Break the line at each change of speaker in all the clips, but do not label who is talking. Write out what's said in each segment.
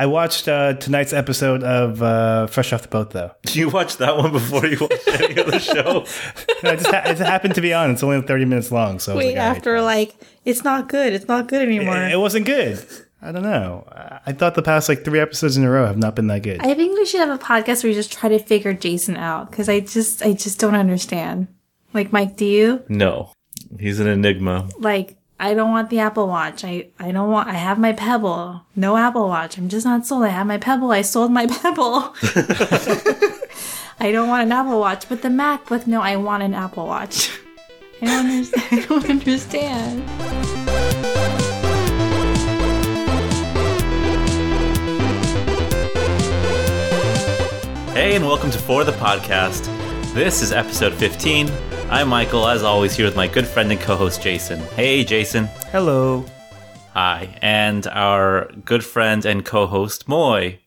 I watched uh, tonight's episode of uh, Fresh Off the Boat, though.
You watched that one before you watched any other show.
No, it just ha- it happened to be on. It's only 30 minutes long. So I was
Wait,
like, all right.
after like it's not good. It's not good anymore.
It- it wasn't good. I don't know. I- I thought the past like three episodes in a row have not been that good.
I think we should have a podcast where you just try to figure Jason out because I just I just don't understand. Like Mike, do you?
No, he's an enigma.
Like I don't want the Apple Watch. I I don't want. I have my Pebble. No Apple Watch. I'm just not sold. I have my Pebble. I sold my Pebble. I don't want an Apple Watch, but the MacBook. No, I want an Apple Watch. I don't understand. I don't understand.
Hey, and welcome to For the Podcast. This is episode 15. I'm Michael, as always, here with my good friend and co host, Jason. Hey, Jason.
Hello.
Hi. And our good friend and co host, Moy.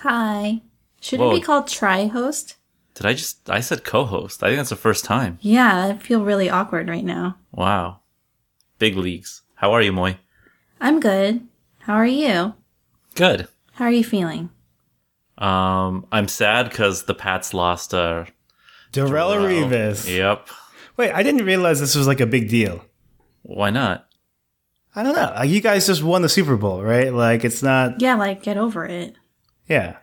Hi. Should it be
Whoa.
called Tri Host?
Did I just, I said co host. I think that's the first time.
Yeah, I feel really awkward right now.
Wow. Big leagues. How are you, Moy?
I'm good. How are you?
Good.
How are you feeling?
Um, I'm sad because the Pats lost. Uh,
Darrell
Wow.
Revis.
Yep.
Wait, I didn't realize this was like a big deal.
Why not?
I don't know. Like, You guys just won the Super Bowl, right? Like it's not.
Yeah, like get over it.
Yeah.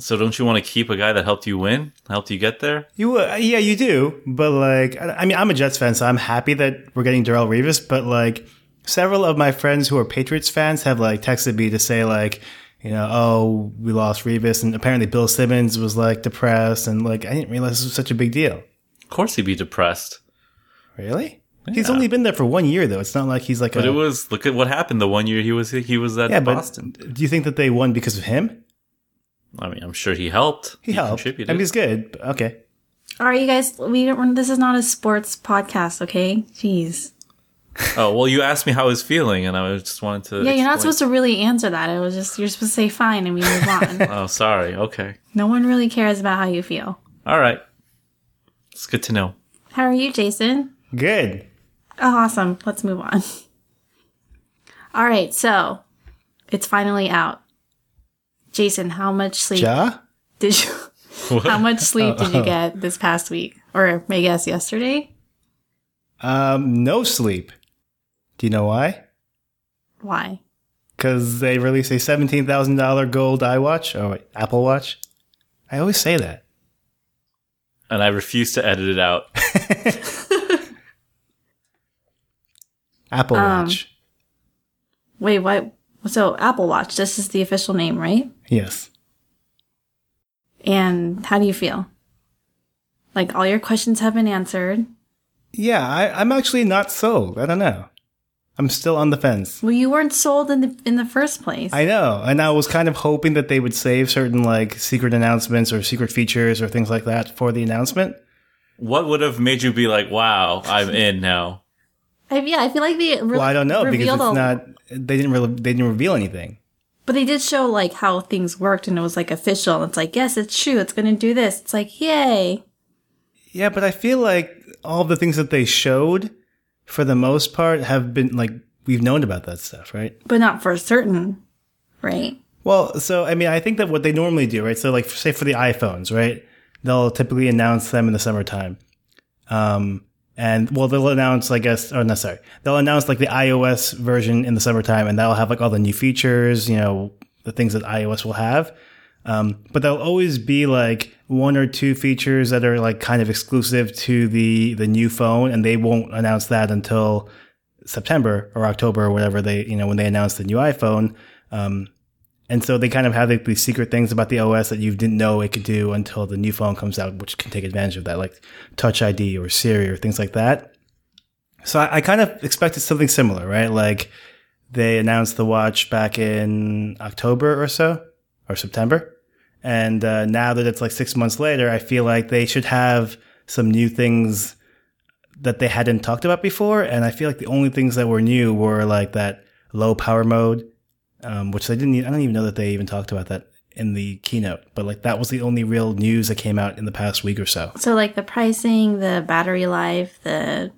So don't you want to keep a guy that helped you win, helped you get there?
You uh, yeah you do, but like I I mean I'm a Jets fan, so I'm happy that we're getting Darrell Revis. But like several of my friends who are Patriots fans have like texted me to say like you know oh we lost Revis, and apparently Bill Simmons was like depressed, and like I didn't realize this was such a big deal.
Of course he'd be depressed.
Really? He's only been there for one year though. It's not like he's like
But
a
it was look at what happened the one year he was he was at
yeah. But
Boston.
do you think that they won because of him?
I mean, I'm sure he helped.
He, helped.
Contributed.
I mean, he's good. but- Okay.
All right, you guys. We don't. This is not a sports podcast, okay? Jeez.
oh well, you asked me how I was feeling, and I just wanted to.
Yeah, you're not supposed to really answer that. It was just you're supposed to say fine and we move on.
Oh, sorry. Okay.
no one really cares about how you feel.
All right. It's good to know.
How are you, Jason?
Good.
Oh, awesome. Let's move on. All right, so it's finally out. Jason, how much sleep
Ja.
did you? How much sleep did you get this past week, or I guess yesterday?
Um, no sleep. Do you know why?
Why?
Because they released a seventeen thousand dollar gold iWatch. Oh wait, Apple Watch. I always say that.
And I refuse to edit it out.
Apple
Um.
Watch.
Wait, what? So Apple Watch. This is the official name, right?
Yes.
And how do you feel? Like all your questions have been answered.
Yeah, I, I'm actually not sold. I don't know. I'm still on the fence.
Well, you weren't sold in the in the first place.
I know, and I was kind of hoping that they would save certain like secret announcements or secret features or things like that for the announcement.
What would have made you be like, "Wow, I'm in now"?
I- yeah, I feel like they re-
Well, I don't know because it's
revealed a-
not. They didn't really. They didn't reveal anything.
But they did show like how things worked, and it was like official. It's like yes, it's true. It's gonna do this. It's like yay.
Yeah, but I feel like all the things that they showed, for the most part, have been like we've known about that stuff, right?
But not for certain, right?
Well, so I mean, I think that what they normally do, right? So, like, say for the iPhones, right? They'll typically announce them in the summertime. Um, and well, they'll announce, I guess, oh no, sorry, they'll announce like the iOS version in the summertime, and that'll have like all the new features, you know, the things that iOS will have. Um, but there'll always be like one or two features that are like kind of exclusive to the the new phone, and they won't announce that until September or October or whatever they, you know, when they announce the new iPhone. Um, and so they kind of have like these secret things about the OS that you didn't know it could do until the new phone comes out, which can take advantage of that, like Touch ID or Siri or things like that. So I, I kind of expected something similar, right? Like they announced the watch back in October or so, or September. And uh, now that it's like six months later, I feel like they should have some new things that they hadn't talked about before. And I feel like the only things that were new were like that low power mode um, which they didn't. e- I don't even know that they even talked about that in the keynote. But like that was the only real news that came out in the past week or so.
So like the pricing, the battery life, the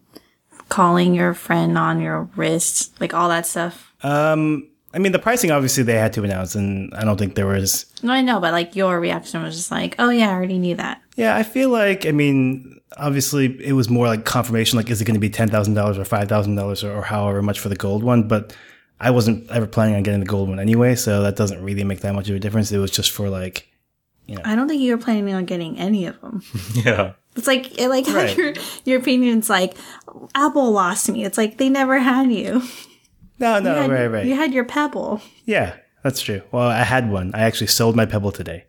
calling your friend on your wrist, like all that stuff.
Um, I mean, the pricing obviously they had to announce, and I don't think there was.
No, I know, but like your reaction was just like, oh yeah, I already knew that.
Yeah, I feel like I mean, obviously it was more like confirmation, like is it going to be ten thousand dollars or five thousand dollars or however much for the gold one, but. I wasn't ever planning on getting the gold one anyway, so that doesn't really make that much of a difference. It was just for like
I don't think you were planning on getting any of them.
Yeah.
It's like it like
Right.
your your opinion's like Apple lost me. It's like they never had you.
no, no,
You had-
Oh, right, right.
You had your Pebble.
Yeah, that's true. Well, I had one. I actually sold my Pebble today.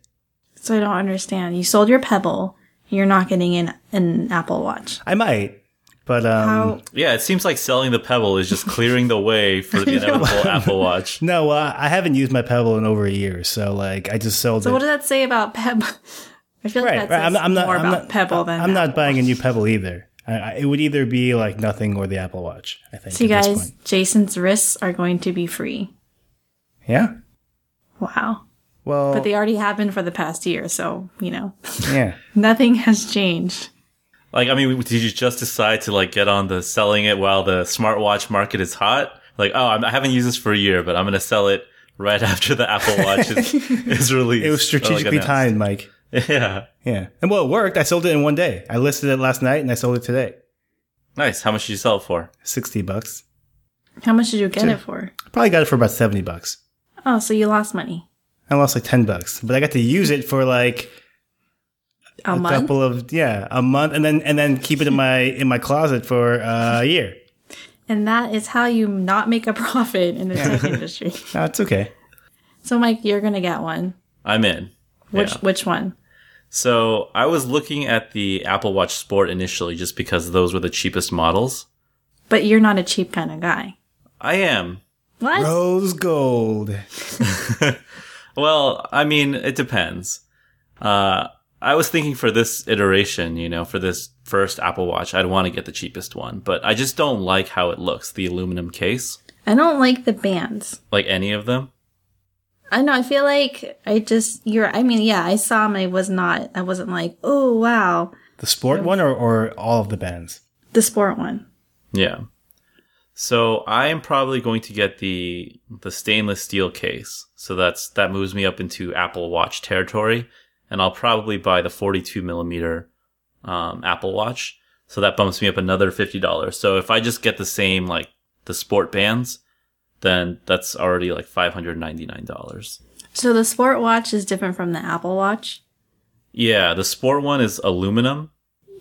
So I don't understand. You sold your Pebble. You're not getting an an Apple Watch.
I might, but um,
How
Yeah, it seems like selling the Pebble is just clearing the way for the inevitable Apple Watch.
no, well, I haven't used my Pebble in over a year, so like I just sold
So
it.
what does that say about Pebble? I feel like
right,
that
right.
says
I'm, I'm not.
more
I'm
about
not, uh,
Pebble than
I'm not
Apple.
buying a new Pebble either. I, I, it would either be like nothing or the Apple Watch. I think.
So you
at this
guys,
point.
Jason's wrists are going to be free.
Yeah.
Wow.
Well.
But they already happened for the past year, so you know
yeah.
nothing has changed.
Like, I mean, did you just decide to like get on the selling it while the smartwatch market is hot? Like, oh, I'm, I haven't used this for a year, but I'm gonna sell it right after the Apple Watch is, is released.
It was
or, like,
strategically
announced.
timed, Mike.
Yeah.
Yeah. And well, it worked. I sold it in one day. I listed it last night and I sold it today.
Nice. How much did you sell it for?
Sixty bucks.
How much did you get it for?
I probably got it for about seventy bucks.
Oh, so you lost money.
I lost like ten bucks, but I got to use it for like
A, month.
couple of yeah a month and then and then keep it in my in my closet for uh, a year
And that is how you not make a profit in the tech industry.
no, it's okay
So Mike, you're gonna get one.
I'm in.
Which
Yeah.
which one?
So I was looking at the Apple Watch Sport initially, just because those were the cheapest models.
But you're not a cheap kind of guy.
I am.
What?
rose gold
Well, I mean, it depends. Uh, I was thinking for this iteration, you know, for this first Apple Watch, I'd want to get the cheapest one, but I just don't like how it looks, the aluminum case,
I don't like the bands.
like any of them.
I know. I feel like I just you're. I mean, yeah, I saw them. I was not. I wasn't like, oh wow,
the sport one or, or all of the bands
the sport one.
Yeah. So I am probably going to get the the stainless steel case. So that's that moves me up into Apple Watch territory, and I'll probably buy the 42 millimeter um, Apple Watch. So that bumps me up another fifty dollars. So if I just get the same like the sport bands, then that's already like five hundred ninety nine dollars.
So the sport watch is different from the Apple Watch.
Yeah, the sport one is aluminum,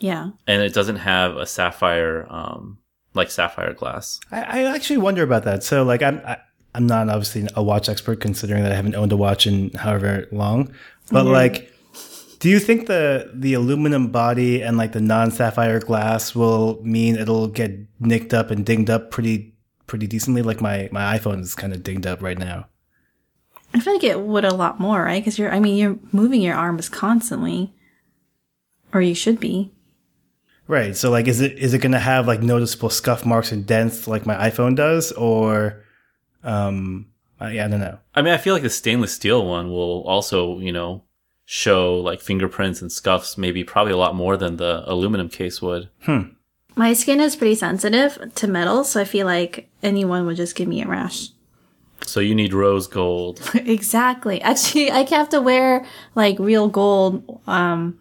Yeah,
and it doesn't have a sapphire um, like sapphire glass.
I, I actually wonder about that so like i'm I, i'm not obviously a watch expert considering that i haven't owned a watch in however long but like do you think the the aluminum body and like the non-sapphire glass will mean it'll get nicked up and dinged up pretty pretty decently like my my iphone is kind of dinged up right now
I feel like it would a lot more, right? Because you're. I mean, you're moving your arms constantly, or you should be.
Right. So like is it is it gonna have like noticeable scuff marks and dents like my iPhone does or um I, I don't know.
I mean, I feel like the stainless steel one will also, you know, show like fingerprints and scuffs, maybe probably a lot more than the aluminum case would.
My skin is pretty sensitive to metal, so I feel like anyone would just give me a rash.
So you need rose gold.
Exactly. Actually, I have to wear like real gold um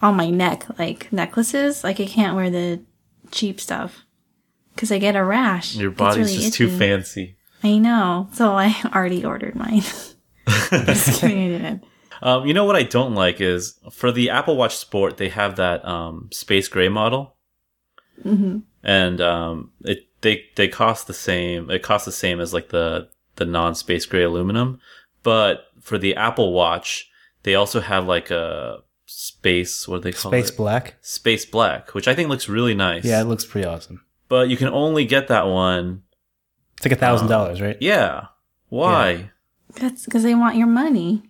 on my neck, like necklaces. Like I can't wear the cheap stuff because I get a rash.
Your
It's
body's
really
just too
itchy.
fancy.
I know. So I already ordered mine. just kidding, I didn't.
Um, you know what I don't like is for the Apple Watch Sport, they have that um, space gray model, mm-hmm. and um, it they they cost the same. It costs the same as like the the non space gray aluminum, but for the Apple Watch, they also have like a space. What do they call
Space
it?
black.
Space Black, which I think looks really nice.
Yeah, it looks pretty awesome.
But you can only get that one.
It's like a thousand dollars, right?
Um, Yeah. Why?
That's because they want your money.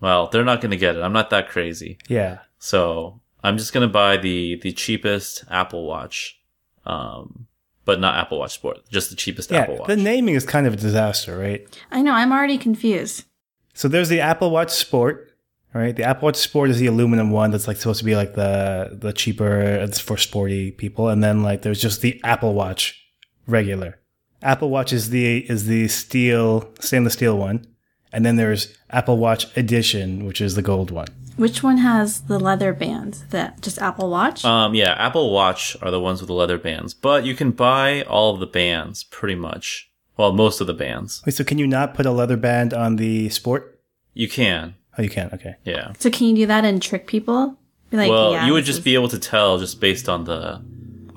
Well, they're not going to get it. I'm not that crazy.
Yeah.
So I'm just going to buy the, the cheapest Apple Watch. Um, but not Apple Watch Sport, just the cheapest
Yeah.
Apple Watch.
The naming is kind of a disaster, right?
I know. I'm already confused.
So there's the Apple Watch Sport, right? The Apple Watch Sport is the aluminum one that's like supposed to be like the the cheaper, it's for sporty people, and then like there's just the Apple Watch regular. Apple Watch is the is the steel stainless steel one, and then there's Apple Watch Edition, which is the gold one.
Which one has the leather band? That just Apple Watch?
Um, yeah, Apple Watch are the ones with the leather bands, but you can buy all of the bands pretty much. Well, most of the bands.
Wait, so can you not put a leather band on the Sport?
You can,
Oh, you can. Okay.
yeah.
so can you do that and trick people? Be like,
well,
yeah,
you would
this
just be able to tell just based on the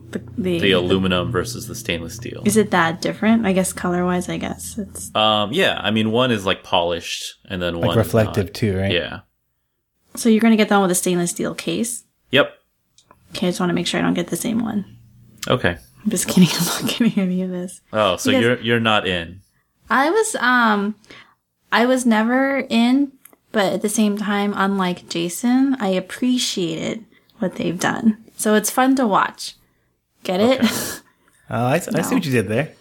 is the, the,
the aluminum versus the stainless steel.
Is it that different? I guess color wise, I guess it's
Um, yeah, I mean one is like polished and then
Like
one is not.
reflective too, right?
Yeah.
so you're gonna get the one with a stainless steel case.
Yep.
Okay, I just want to make sure I don't get the same one.
Okay.
I'm just kidding. I'm not getting any of this.
Oh, so
Because-
you're you're not in.
I was um I was never in, but at the same time, unlike Jason, I appreciated what they've done. So it's fun to watch. Get it?
Uh, I, I see what you did there.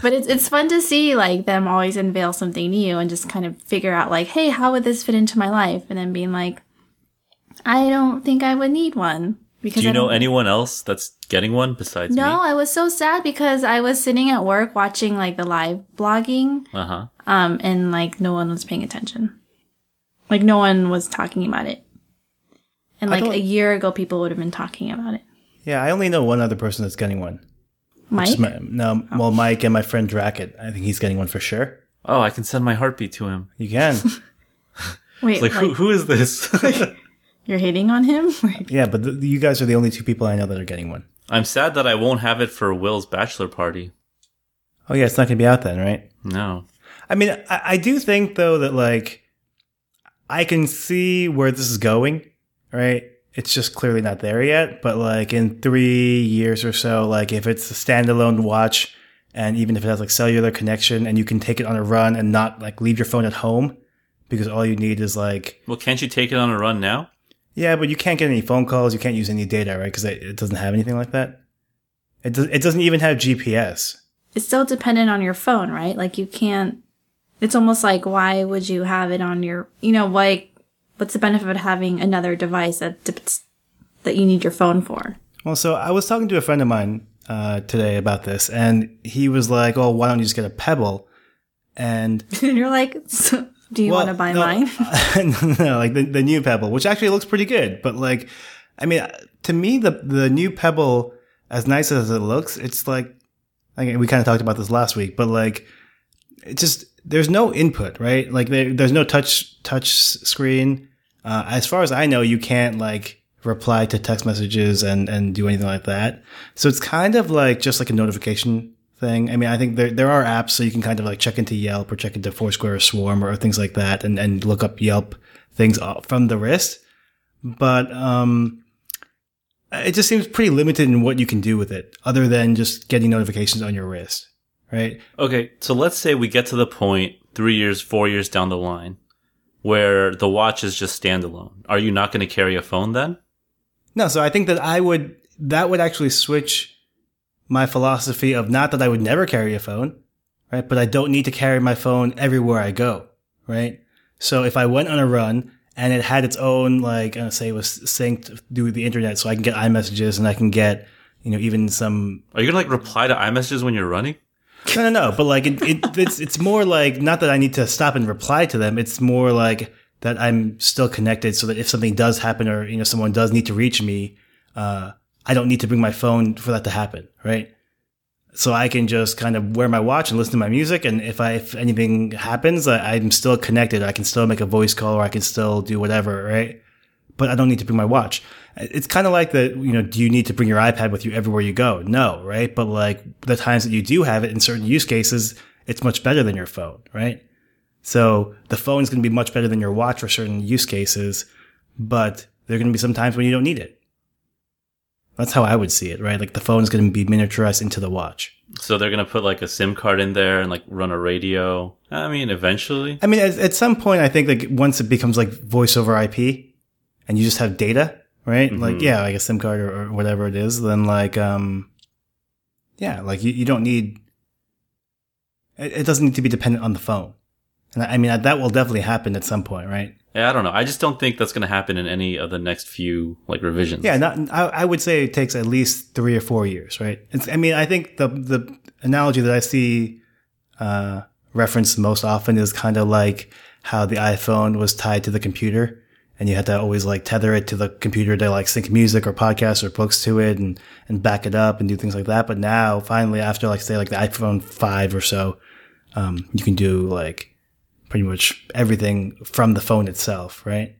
but it's it's fun to see like them always unveil something new and just kind of figure out like, hey, how would this fit into my life? And then being like, I don't think I would need one because
Do you
I
know
don't-
anyone else that's getting one besides
No,
me?
I was so sad because I was sitting at work watching like the live blogging
Uh huh.
um, and like no one was paying attention. Like no one was talking about it. And
I
like
don't-
a year ago, people would have been talking about it.
Yeah, I only know one other person that's getting one.
Mike,
Just my- no, well, Mike and my friend Dracket. I think he's getting one for sure.
Oh, I can send my heartbeat to him.
You can.
wait,
It's like,
like-
who who is this?
you're hating on him? Like,
yeah, but th- you guys are the only two people I know that are getting one.
I'm sad that I won't have it for Will's bachelor party.
Oh yeah, it's not going to be out then, right?
No.
I mean, I, I do think though that like I can see where this is going, right? It's just clearly not there yet, but like in three years or so, like if it's a standalone watch and even if it has like cellular connection and you can take it on a run and not like leave your phone at home because all you need is like,
Well, can't you take it on a run now?
yeah, but you can't get any phone calls. You can't use any data, right? Because it, it doesn't have anything like that. It, does, it doesn't even have GPS.
it's still dependent on your phone, right? Like you can't. It's almost like why would you have it on your? You know, like what's the benefit of having another device that dep- that you need your phone for?
Well, so I was talking to a friend of mine uh, today about this, and he was like, "Oh, why don't you just get a Pebble?" And
and you're like, so, do you
well,
want to buy
no,
mine?
no, like the, the new Pebble, which actually looks pretty good. But like, I mean, to me, the the new Pebble, as nice as it looks, it's like, like we kind of talked about this last week, but like, it just there's no input, right? Like there, there's no touch touch screen. Uh, as far as I know, you can't like reply to text messages and and do anything like that. So it's kind of like just like a notification thing. I mean, I think there there are apps so you can kind of like check into Yelp or check into Foursquare or Swarm or things like that, and and look up Yelp things o- from the wrist. But um, it just seems pretty limited in what you can do with it, other than just getting notifications on your wrist, right?
Okay, so let's say we get to the point three years, four years down the line where the watch is just standalone. Are you not going to carry a phone then?
No, so I think that I would that would actually switch my philosophy of not that I would never carry a phone, right? But I don't need to carry my phone everywhere I go, right? So if I went on a run and it had its own like uh, say it was synced through the internet, so I can get iMessages and I can get you know even some
Are you going to like reply to iMessages when you're running?
no no no, but like it, it it's it's more like not that I need to stop and reply to them. It's more like that I'm still connected, so that if something does happen or you know someone does need to reach me, uh, I don't need to bring my phone for that to happen, right? So I can just kind of wear my watch and listen to my music, and if I if anything happens, I, I'm still connected. I can still make a voice call, or I can still do whatever, right? But I don't need to bring my watch. It's kind of like the you know, do you need to bring your iPad with you everywhere you go? No, right? But like the times that you do have it in certain use cases, it's much better than your phone, right? So the phone is going to be much better than your watch for certain use cases, but there are going to be some times when you don't need it. That's how I would see it, right? Like the phone is going to be miniaturized into the watch.
So they're going to put like a SIM card in there and like run a radio. I mean, eventually.
I mean, at, at some point, I think like once it becomes like voice over IP, and you just have data, right? Like, yeah, like a SIM card or, or whatever it is. Then like, um, yeah, like you, you don't need. It, it doesn't need to be dependent on the phone, and I, I mean that will definitely happen at some point, right?
Yeah, I don't know. I just don't think that's going to happen in any of the next few like revisions.
Yeah, not, I, I would say it takes at least three or four years, right? It's, I mean, I think the the analogy that I see uh, referenced most often is kind of like how the iPhone was tied to the computer, and you had to always like tether it to the computer to like sync music or podcasts or books to it, and and back it up and do things like that. But now, finally, after like say like the iPhone five or so, um, you can do like pretty much everything from the phone itself, right?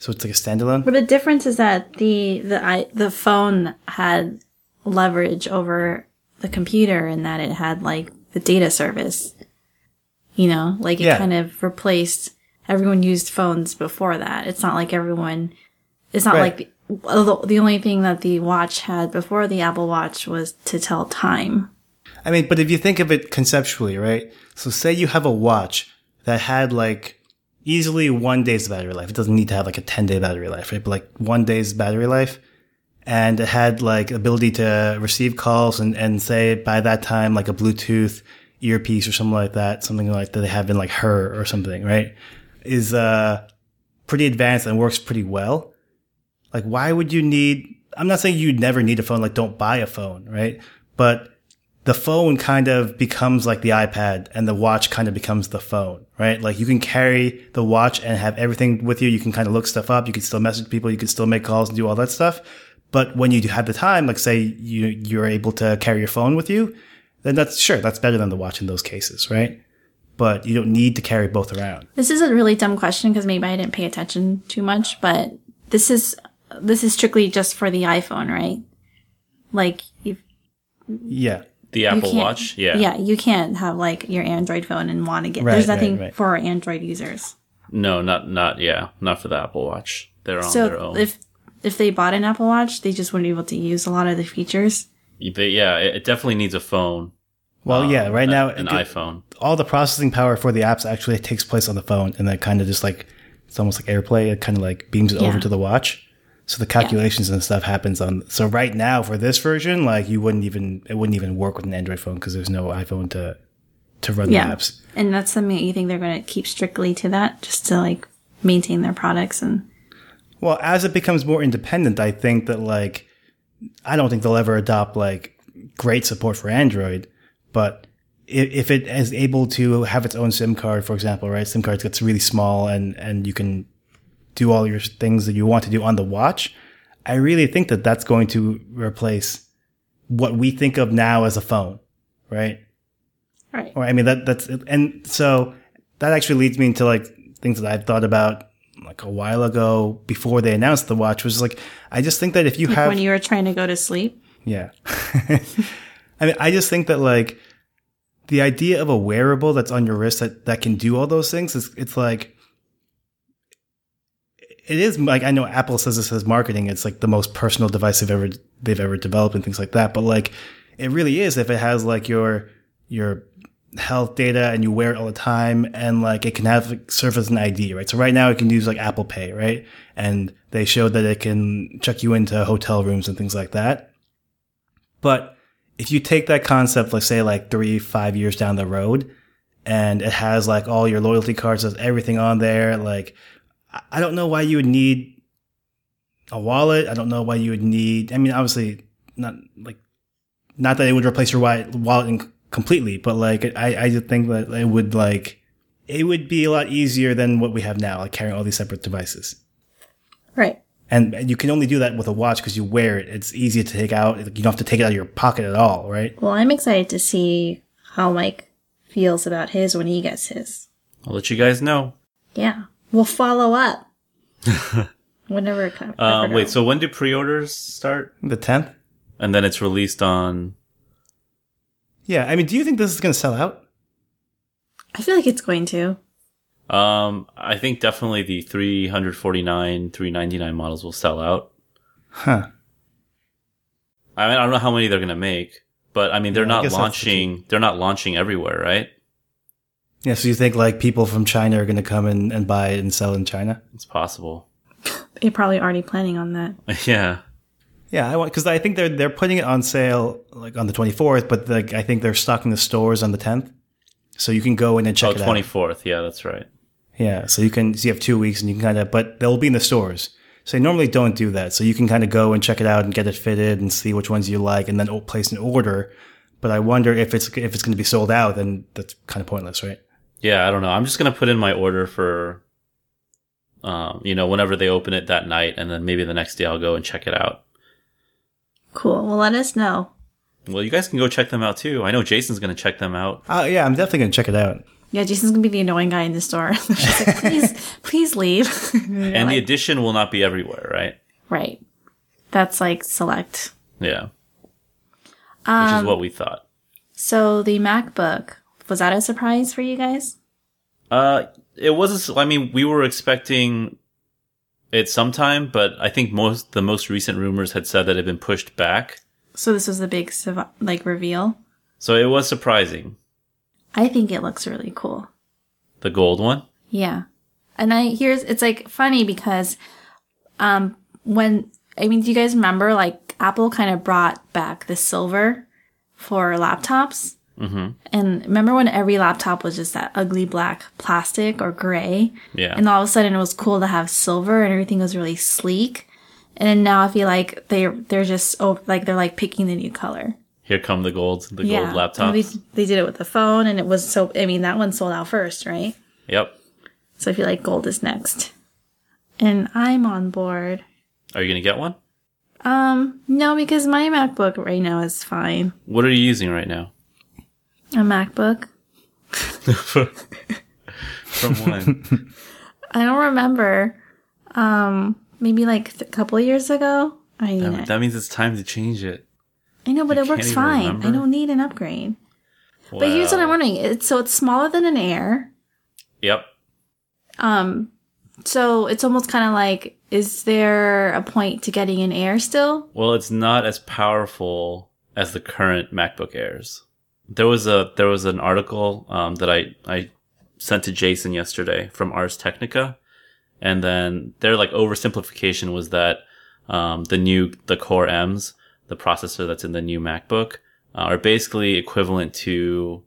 So it's like a standalone.
But the difference is that the the I, the phone had leverage over the computer in that it had like the data service. You know, like it
Yeah.
kind of replaced everyone used phones before that. It's not like everyone it's not
Right.
like the, although the only thing that the watch had before the Apple Watch was to tell time.
I mean, but if you think of it conceptually, right? So say you have a watch that had like easily one day's battery life. It doesn't need to have like a 10 day battery life, right? But like one day's battery life. And it had like ability to receive calls and, and say by that time, like a Bluetooth earpiece or something like that, something like that they have in like her or something, right? Is, uh, pretty advanced and works pretty well. Like, why would you need? I'm not saying you never need a phone. Like, don't buy a phone, right? But the phone kind of becomes like the iPad, and the watch kind of becomes the phone, right? Like, you can carry the watch and have everything with you. You can kind of look stuff up. You can still message people. You can still make calls and do all that stuff. But when you do have the time, like say you you're able to carry your phone with you, then that's sure that's better than the watch in those cases, right? But you don't need to carry both around.
This is a really dumb question because maybe I didn't pay attention too much, but this is this is strictly just for the iPhone, right? Like if
Yeah.
The
You
Apple
can't-
Watch, yeah.
yeah, you can't have like your Android phone and want to get.
Right,
there's
right,
nothing
right.
for Android users.
No, not not yeah, not for the Apple Watch. They're on their
So
own.
if if they bought an Apple Watch, they just wouldn't be able to use a lot of the features.
They- yeah, it it definitely needs a phone.
Well, yeah. Right
a-
now,
an
it-
iPhone.
all the processing power for the apps actually takes place on the phone and that kind of just like it's almost like airplay it kind of like beams it
Yeah.
over to the watch so the calculations and stuff happens on so right now for this version like you wouldn't even it wouldn't even work with an android phone because there's no iphone to to run
Yeah,
the apps
and that's something that you think they're going to keep strictly to that, just to like maintain their products and
well as it becomes more independent i think that like i don't think they'll ever adopt like great support for android but i- if it is able to have its own sim card for example right sim card gets really small and and you can do all your things that you want to do on the watch, I really think that that's going to replace what we think of now as a phone, right?
right.
Or I mean that that's and so that actually leads me into like things that I've thought about like a while ago before they announced the watch was like I just think that if you
Like
have
when you were trying to go to sleep,
yeah. I mean, I just think that like the idea of a wearable that's on your wrist that, that can do all those things is it's like it is like I know Apple says this as marketing. It's like the most personal device they've ever they've ever developed and things like that. But like it really is if it has like your your health data and you wear it all the time and like it can have like, serve as an ID, right? So right now it can use like Apple Pay, right? And they showed that it can check you into hotel rooms and things like that. But if you take that concept, let's say like three, five years down the road, and it has like all your loyalty cards, has everything on there, like I- I don't know why you would need a wallet. I don't know why you would need. I mean, obviously, not like not that it would replace your wi- wallet in- completely, but like I, I just think that it would like it would be a lot easier than what we have now, like carrying all these separate devices
right?
and and you can only do that with a watch because you wear it. It's easy to take out. You don't have to take it out of your pocket at all, right?
Well, I'm excited to see how Mike feels about his when he gets his.
I'll let you guys know.
Yeah. We'll follow up. Whenever it comes. I
Um,
forgot.
wait, so when do pre-orders start?
The tenth.
And then it's released on.
Yeah, I mean, do you think this is going to sell out?
I feel like it's going to.
Um, I think definitely the 349, 399 models will sell out.
Huh?
I mean, I don't know how many they're gonna make, but I mean, they're
Yeah, I
not
guess that's the
launching. They're not launching everywhere, right?
Yeah. So you think like people from China are going to come and and buy it and sell in China?
It's possible.
They're probably already planning on that.
yeah.
Yeah, I want because I think they're they're putting it on sale like on the twenty fourth, but like I think they're stocking the stores on the tenth, so you can go in and check
Oh,
it out.
24th. Yeah, that's right.
Yeah, so you can so you have two weeks, and you can kind of, but they'll be in the stores. So they normally don't do that. So you can kind of go and check it out and get it fitted and see which ones you like, and then o- place an order. But I wonder if it's if it's going to be sold out, then that's kind of pointless, right?
Yeah, I don't know. I'm just gonna put in my order for, um, you know, whenever they open it that night, and then maybe the next day I'll go and check it out.
Cool. Well, let us know.
Well, you guys can go check them out too. I know Jason's gonna check them out.
Uh, yeah, I'm definitely going to check it out.
Yeah, Jason's gonna be the annoying guy in the store. She's like, please, please leave.
and the edition will not be everywhere, right?
right. That's like select. Uh,
Yeah. Which is what we thought.
So the MacBook was that a surprise for you guys?
Uh, it was. a s- I mean, we were expecting it sometime, but I think most the most recent rumors had said that it had been pushed back.
So this was the big sav- like reveal.
So it was surprising.
I think it looks really cool.
The gold one.
Yeah. And I here's it's like funny because um when I mean do you guys remember like Apple kind of brought back the silver for laptops?
Mhm.
And remember when every laptop was just that ugly black plastic or gray?
Yeah.
And all of a sudden it was cool to have silver and everything was really sleek. And then now I feel like they they're just oh, like they're like picking the new color.
Here come the gold. The gold
And They,
laptops.
they did it with the phone and it was so I mean that one sold out first, right?
Yep.
So I feel like gold is next. And I'm on board.
Are you gonna get one?
Um, no, because my MacBook right now is fine.
What are you using right now?
A MacBook.
From when?
I don't remember. Um, maybe like a couple years ago. I mean,
that, that means it's time to change it.
I know, but
you
it
can't
works
even
fine. I
remember?
don't need an upgrade. But here's what I'm
Wow.
wondering. It's, so it's smaller than an Air.
Yep.
Um, so it's almost kind of like, is there a point to getting an Air still?
Well, it's not as powerful as the current MacBook Airs. There was a there was an article um, that I I sent to Jason yesterday from Ars Technica, and then their like oversimplification was that um, the new the Core M's, the processor that's in the new MacBook, uh, are basically equivalent to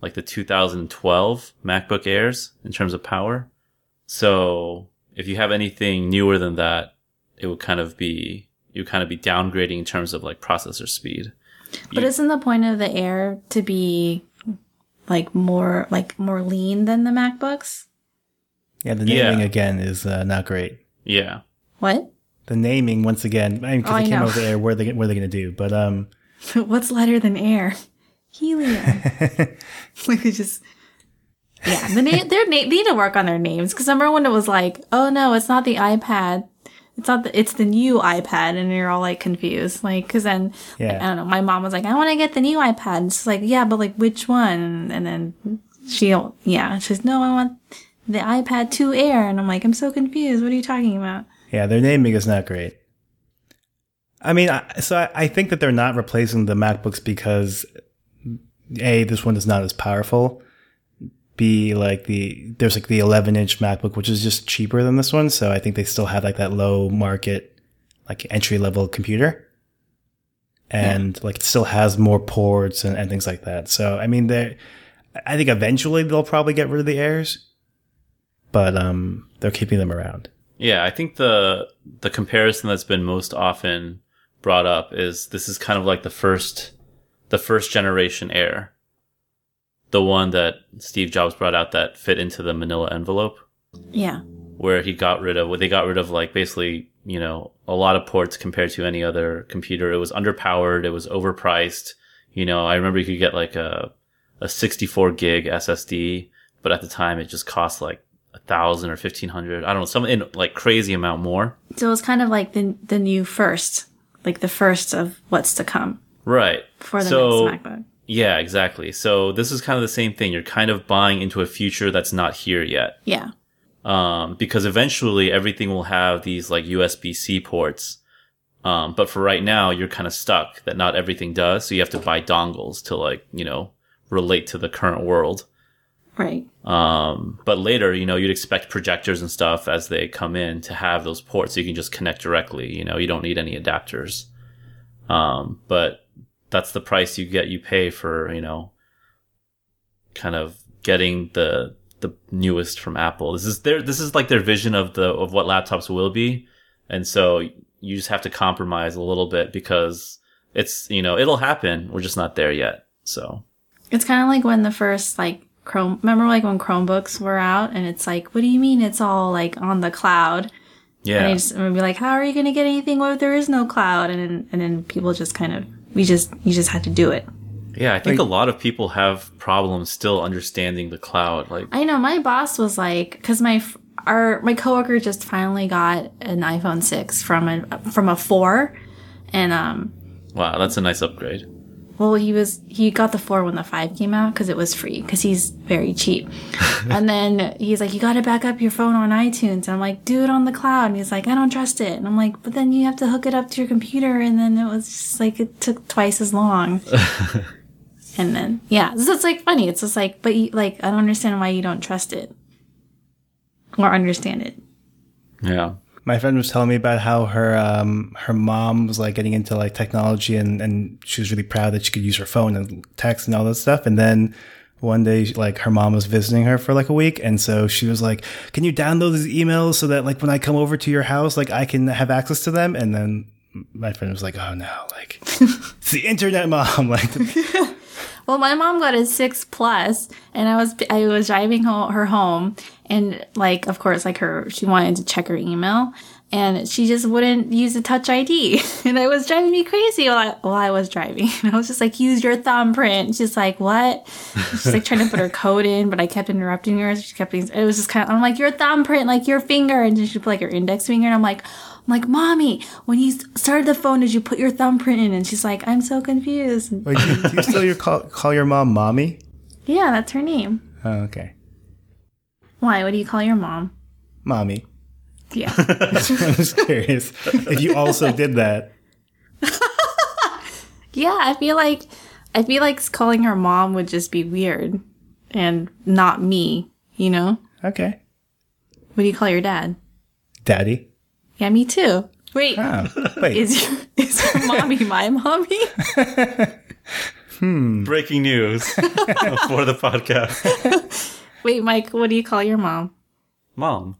like the 2012 MacBook Airs in terms of power. So if you have anything newer than that, it would kind of be you would kind of be downgrading in terms of like processor speed.
But
You-
isn't the point of the Air to be like more like more lean than the MacBooks?
Yeah, the
Yeah.
naming again is uh, not great.
Yeah.
What?
The naming once again, I mean,
Oh,
because
I
they came
know.
over there, where they where they going to do? But um,
What's lighter than air? Helium. like we just yeah. The na- their na- they need to work on their names because remember when it was like, oh no, it's not the iPad. It's not the, it's the new iPad, and you're all like confused, like because then
Yeah.
I don't know. My mom was like, I want to get the new iPad. And she's like, yeah, but like which one? And then she yeah, she's no, I want the iPad 2 Air, and I'm like, I'm so confused. What are you talking about?
Yeah, their naming is not great. I mean, I, so I, I think that they're not replacing the MacBooks because a this one is not as powerful. B like the there's like the 11 inch MacBook, which is just cheaper than this one, so I think they still have like that low market, like entry level computer, and like it still has more ports and, and things like that. So I mean, they, I think eventually they'll probably get rid of the Airs, but um, they're keeping them around.
Yeah, I think the the comparison that's been most often brought up is this is kind of like the first the first generation Air. The one that Steve Jobs brought out that fit into the manila envelope
Yeah.
where he got rid of what they got rid of like basically, you know, a lot of ports compared to any other computer. It was underpowered, it was overpriced. You know, I remember you could get like a a 64 gig SSD, but at the time it just cost like a thousand or fifteen hundred. I don't know, some in like crazy amount more.
So it's kind of like the the new first, like the first of what's to come
Right.
for the
So-
next MacBook.
Yeah, exactly. So this is kind of the same thing. You're kind of buying into a future that's not here yet.
Yeah.
Um, because eventually everything will have these like USB C ports. Um, but for right now, you're kind of stuck that not everything does. So you have to buy dongles to like, you know, relate to the current world.
Right.
Um, but later, you know, you'd expect projectors and stuff as they come in to have those ports so you can just connect directly. You know, you don't need any adapters. Um, but that's the price you get, you pay for, you know, kind of getting the, the newest from Apple. This is their this is like their vision of the of what laptops will be, and so you just have to compromise a little bit because it's you know it'll happen. We're just not there yet. So
It's kind of like when the first like Chrome. Remember, like when Chromebooks were out, and it's like, what do you mean it's all like on the cloud? And I
yeah,
just I'm gonna be like, how are you gonna get anything where there is no cloud? And then, and then people just kind of we just you just had to do it.
yeah. I think a lot of people have problems still understanding the cloud. Like
I know my boss was like, because my f- our my coworker just finally got an iPhone six from a from a four, and um,
wow, that's a nice upgrade.
Well, he was he got the four when the five came out because it was free because he's very cheap. and then he's like, "You got to back up your phone on iTunes." And I'm like, "Do it on the cloud." And he's like, "I don't trust it." And I'm like, "But then you have to hook it up to your computer." And then it was just like it took twice as long. and then yeah, so it's like funny. It's just like, but you, like I don't understand why you don't trust it or understand it.
Yeah.
My friend was telling me about how her um, her mom was like getting into like technology and, and she was really proud that she could use her phone and text and all that stuff. And then one day, like her mom was visiting her for like a week, and so she was like, "Can you download these emails so that like when I come over to your house, like I can have access to them?" And then my friend was like, "Oh no, like it's the internet, mom." Like
Well, my mom got a six plus, and I was I was driving ho- her home, and like of course, like her, she wanted to check her email, and she just wouldn't use the Touch ID, and it was driving me crazy while I, while I was driving. And I was just like, "Use your thumbprint." She's like, "What?" She's like trying to put her code in, but I kept interrupting her. She kept being, it was just kind of I'm like, "Your thumbprint, like your finger," and she put like her index finger, and I'm like. I'm like, mommy, when you started the phone, did you put your thumbprint in? And she's like, I'm so confused.
Wait, do, you, do you still your call, call your mom mommy?
Yeah, that's her name.
Oh, okay.
Why? What do you call your mom?
Mommy.
Yeah.
I was curious if you also did that.
yeah, I feel like I feel like calling her mom would just be weird and not me, you know?
Okay.
What do you call your dad?
Daddy.
Yeah, me too. Wait,
Oh, wait.
is your, is your mommy my mommy?
Breaking news for the podcast.
Wait, Mike, what do you call your mom?
Mom,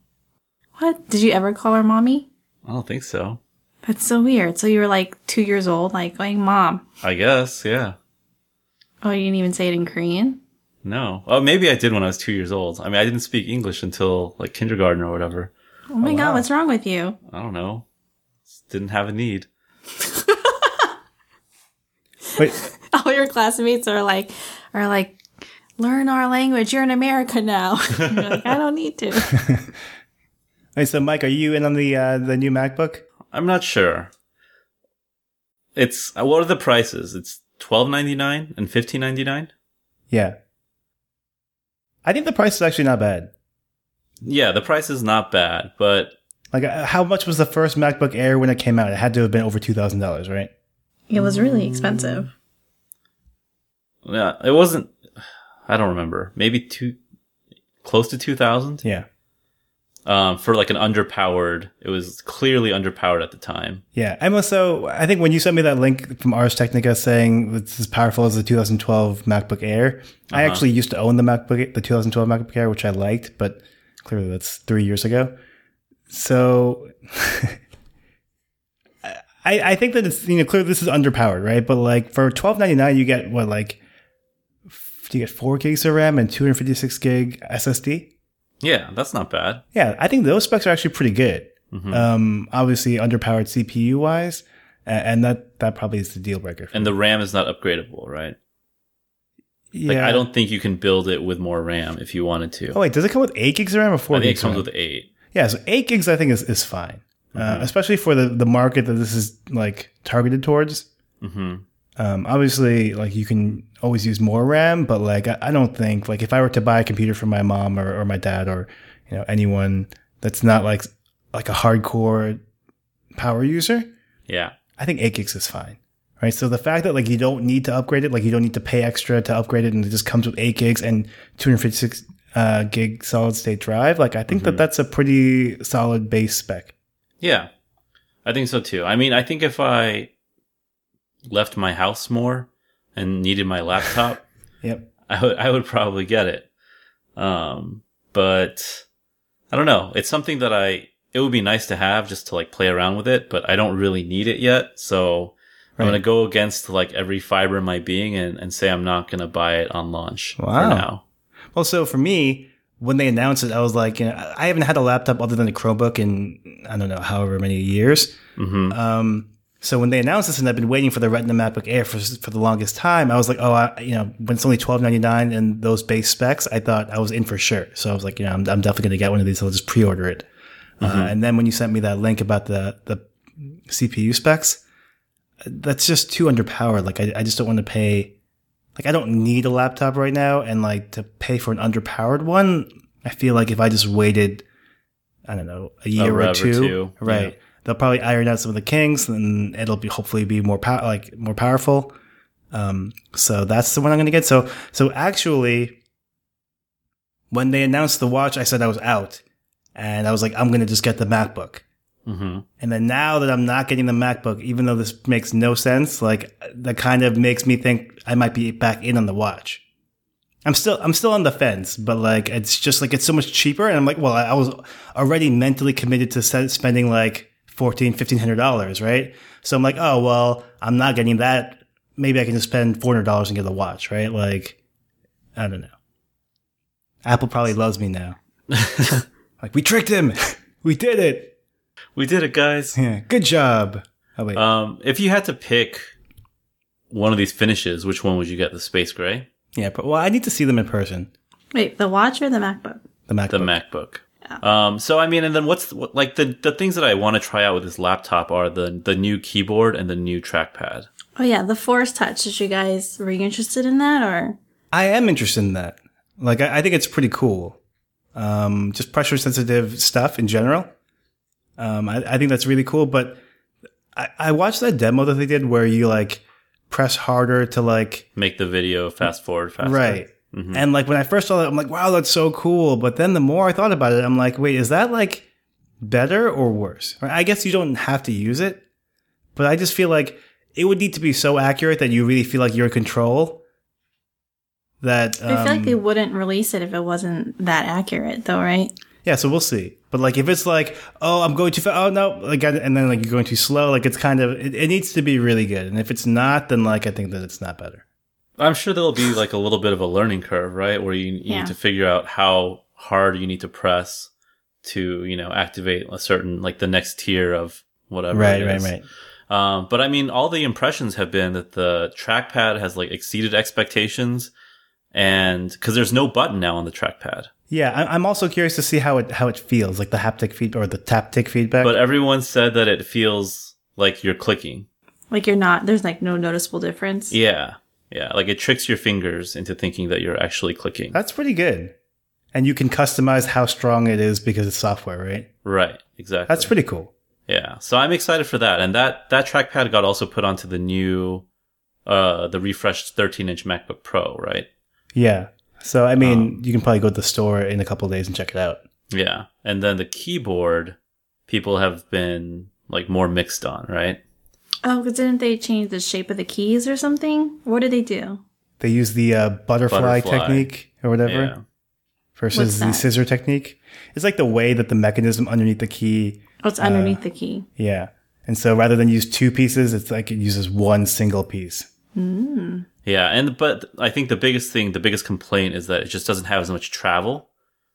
What? Did you ever call her mommy?
I don't think so.
That's so weird. So you were like two years old, like going, Mom.
I guess, yeah.
Oh, you didn't even say it in Korean?
No. Oh, maybe I did when I was two years old. I mean, I didn't speak English until like kindergarten or whatever.
Oh my god, what's wrong with you?
I don't know. Just didn't have a need.
wait.
all your classmates are like are like learn our language you're in america now You're like, i don't need to
Wait, so Mike, are you in on the uh, the new MacBook?
I'm not sure. It's uh, what are the prices? It's twelve ninety nine and fifteen ninety nine.
Yeah. I think the price is actually not bad.
Yeah, the price is not bad, but
Like, uh, how much was the first MacBook Air when it came out? It had to have been over two thousand dollars, right?
it was really expensive
yeah, it wasn't. I don't remember. Maybe two, close to two thousand.
Yeah.
Um, for like an underpowered. It was clearly underpowered at the time.
Yeah. And so I think when you sent me that link from Ars Technica saying it's as powerful as the 2012 MacBook Air, I actually used to own the MacBook, the 2012 MacBook Air, which I liked, but clearly that's three years ago. So I, I think that it's, you know, clearly this is underpowered, right? But like for 1299, you get what, like, f- you get four gigs of RAM and 256 gig SSD.
Yeah, that's not bad.
Yeah, I think those specs are actually pretty good.
Mm-hmm.
Um, obviously underpowered CPU wise, a- and that that probably is the deal breaker.
And the RAM is not upgradable, right?
yeah,
Like I don't think you can build it with more RAM if you wanted to.
Oh wait, does it come with eight gigs of RAM or four?
I think
gigs
it
of
comes
RAM?
with Mm-hmm. eight.
yeah. So eight gigs, I think, is is fine, uh, especially for the the market that this is like targeted towards.
hmm
Um, obviously, like you can always use more RAM, but like I, I don't think like if I were to buy a computer for my mom or, or my dad or you know anyone that's not like like a hardcore power user,
Yeah.
I think eight gigs is fine. Right. So the fact that like you don't need to upgrade it, like you don't need to pay extra to upgrade it, and it just comes with eight gigs and 256 uh, gig solid state drive, like I think that
Mm-hmm.
that's a pretty solid base spec.
Yeah. I think so too. I mean, I think if I left my house more and needed my laptop,
Yep.
I would I would probably get it. Um but I don't know. It's something that I it would be nice to have just to like play around with it, but I don't really need it yet. So I'm
Right.
gonna go against like every fiber in my being and, and say I'm not gonna buy it on launch. for
Wow.
now.
Well, so for me, when they announced it, I was like, you know, I- I haven't had a laptop other than a Chromebook in I don't know however many years.
hmm
Um, so when they announced this, and I've been waiting for the Retina MacBook Air for for the longest time, I was like, oh, I, you know, when it's only twelve ninety nine and those base specs, I thought I was in for sure. So I was like, you know, I'm, I'm definitely going to get one of these. I'll just pre order it. Uh,
Mm-hmm.
and then when you sent me that link about the the CPU specs, that's just too underpowered. Like I, I just don't want to pay. Like I don't need a laptop right now, and like to pay for an underpowered one, I feel like if I just waited, I don't know, a year
rev
or
or
two,
two,
right?
yeah.
They'll probably iron out some of the kinks, and it'll be hopefully be more pow- like more powerful. Um, so that's the one I'm gonna get. So so actually, when they announced the watch, I said I was out, and I was like, I'm gonna just get the MacBook.
hmm
And then now that I'm not getting the MacBook, even though this makes no sense, like that kind of makes me think I might be back in on the watch. I'm still I'm still on the fence, but like it's just like it's so much cheaper, and I'm like, well, I was already mentally committed to se- spending like fourteen, fifteen hundred dollars, right? So I'm like, oh well, I'm not getting that. Maybe I can just spend four hundred dollars and get the watch, right? Like, I don't know. Apple probably loves me now. like we tricked him, we did it.
We did it, guys.
Yeah, good job. Oh wait,
Um, if you had to pick one of these finishes, which one would you get? The space gray,
yeah, but well, I need to see them in person.
Wait, the watch or the MacBook?
The MacBook.
the MacBook. Um, so I mean, and then what's what, like the the things that I want to try out with this laptop are the the new keyboard and the new trackpad.
Oh yeah, the Force Touch. Did you guys were you interested in that or?
I am interested in that. Like, I, I think it's pretty cool. Um, just pressure sensitive stuff in general. Um, I, I think that's really cool. But I, I watched that demo that they did where you like press harder to like
Make the video fast forward faster. Mm-hmm.
Right. And like when I first saw that, I'm like, wow, that's so cool. But then the more I thought about it, I'm like, wait, is that like better or worse? Right? I guess you don't have to use it, but I just feel like it would need to be so accurate that you really feel like you're in control. That um,
I feel like they wouldn't release it if it wasn't that accurate, though, right?
yeah, so we'll see. But like if it's like, oh, I'm going too fast. Oh no, like I- and then like you're going too slow. Like it's kind of it, it needs to be really good. And if it's not, then like I think that it's not better.
I'm sure there'll be like a little bit of a learning curve, right? Where you, you
Yeah.
need to figure out how hard you need to press to, you know, activate a certain, like the next tier of whatever.
Right,
it
right,
is.
right.
Um, but I mean, all the impressions have been that the trackpad has like exceeded expectations and because there's no button now on the trackpad,
Yeah, I- I'm also curious to see how it how it feels, like the haptic feedback or the taptic feedback.
but uh, everyone said that it feels like you're clicking.
Like you're not. There's like no noticeable difference.
Yeah. Yeah. Like it tricks your fingers into thinking that you're actually clicking.
That's pretty good. And you can customize how strong it is because it's software, right?
right. Exactly.
That's pretty cool.
Yeah, so I'm excited for that, and that that trackpad got also put onto the new, uh, the refreshed 13 inch MacBook Pro, right?
Yeah. So I mean,
Um,
you can probably go to the store in a couple of days and check it out.
Yeah, and then the keyboard, people have been like more mixed on, right?
Oh, 'cause didn't they change the shape of the keys or something? What did they do?
They use the uh, butterfly,
Butterfly.
technique or whatever
Yeah,
versus
What's
the
that?
scissor technique. It's like the way that the mechanism underneath the key.
Oh, it's underneath the key.
Yeah. And so rather than use two pieces, it's like it uses one single piece.
yeah, and but I think the biggest thing, the biggest complaint is that it just doesn't have as much travel,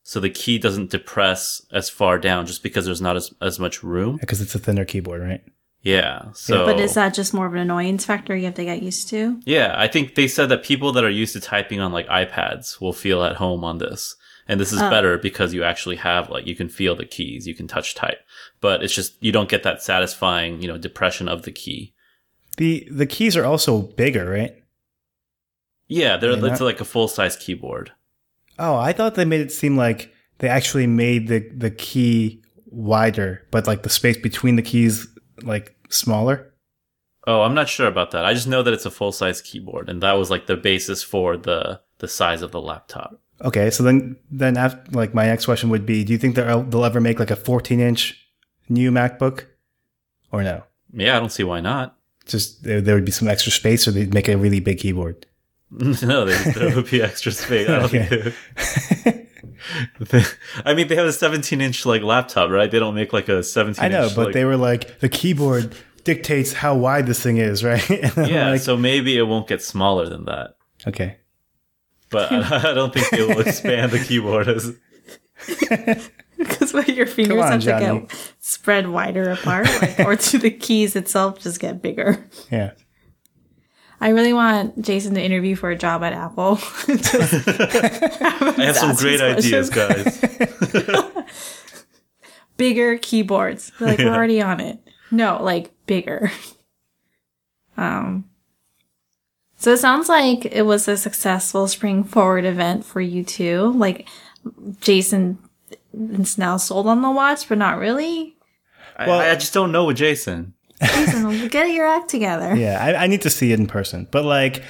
so the key doesn't depress as far down just because there's not as as much room.
Because it's a thinner keyboard, right?
Yeah, so
But is that just more of an annoyance factor you have to get used to?
Yeah, I think they said that people that are used to typing on like iPads will feel at home on this. And this is
Oh.
better because you actually have like you can feel the keys, you can touch type. But it's just you don't get that satisfying, you know, depression of the key.
The the keys are also bigger, right?
Yeah, they're
Yeah.
it's like a full size keyboard.
Oh, I thought they made it seem like they actually made the the key wider, but like the space between the keys like smaller.
Oh, I'm not sure about that. I just know that it's a full size keyboard and that was like the basis for the the size of the laptop.
Okay, so then then after, like my next question would be, do you think they'll they'll ever make like a 14 inch new MacBook, or no?
Yeah, I don't see why not.
Just there, there would be some extra space, or they'd make a really big keyboard.
no, there, there would be extra space. I don't think there- I mean, they have a 17 inch like laptop, right? They don't make like a 17.
I know,
inch,
but
like-
they were like the keyboard dictates how wide this thing is, right? And I'm
yeah.
like,
so maybe it won't get smaller than that,
okay.
but I, I don't think they will expand the keyboard as.
Because your fingers
on,
have to
Johnny.
get spread wider apart, like, or to the keys itself just get bigger.
Yeah.
I really want Jason to interview for a job at Apple.
I have some
That's
great
his
ideas,
question.
guys.
bigger keyboards. They're like, we're already on it. No, like bigger. Um, so it sounds like it was a successful spring forward event for you two. Like Jason is now sold on the watch, but not really.
I-
Well-
I, just don't know with Jason.
Jason, get your act together.
Yeah. I, I need to see it in person. But like,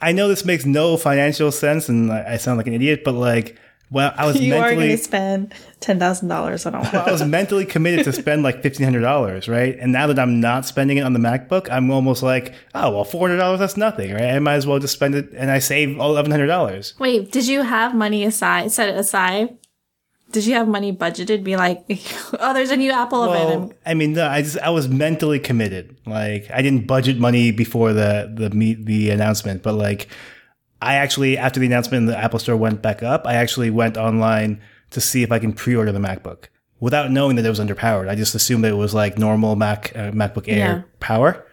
I know this makes no financial sense and I, I sound like an idiot, but like, well, I was
You are
mentally.
going to spend ten thousand dollars on a watch.
I was mentally committed to spend like fifteen hundred dollars, right? And now that I'm not spending it on the MacBook, I'm almost like, oh well, four hundred dollars that's nothing, right? I might as well just spend it, and I save eleven hundred dollars.
Wait, did you have money aside, set it aside? Did you have money budgeted? Be like, oh, there's a new Apple Oh
Well,
event.
I mean, no, I just I was mentally committed. Like I didn't budget money before the the meet the announcement, but like I actually after the announcement, and the Apple Store went back up. I actually went online to see if I can pre-order the MacBook without knowing that it was underpowered. I just assumed that it was like normal Mac uh, MacBook Air
Yeah.
power.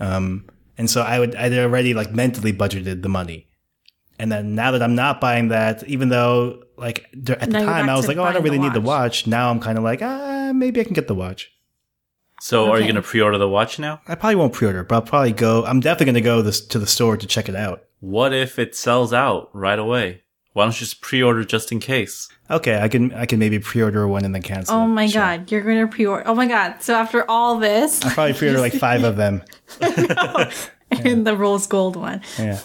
Um, and so I would I would already like mentally budgeted the money. And then now that I'm not buying that, even though like dur- at
Now
the
you're
time
back
I was
to
like, oh, I don't
buying the
really need the watch. Now I'm kind of like, ah, maybe I can get the watch.
So are you
Okay.
going to pre-order the watch now?
I probably won't pre-order, but I'll probably go. I'm definitely going to go this, to the store to check it out.
What if it sells out right away? Why don't you just pre-order just in case?
Okay, I can I can maybe pre-order one and then cancel.
oh
it.
my
Sure.
god, you're going to pre-order. Oh my god. So after all this,
I'll probably pre-order like five of them.
and the rose gold one.
Yeah.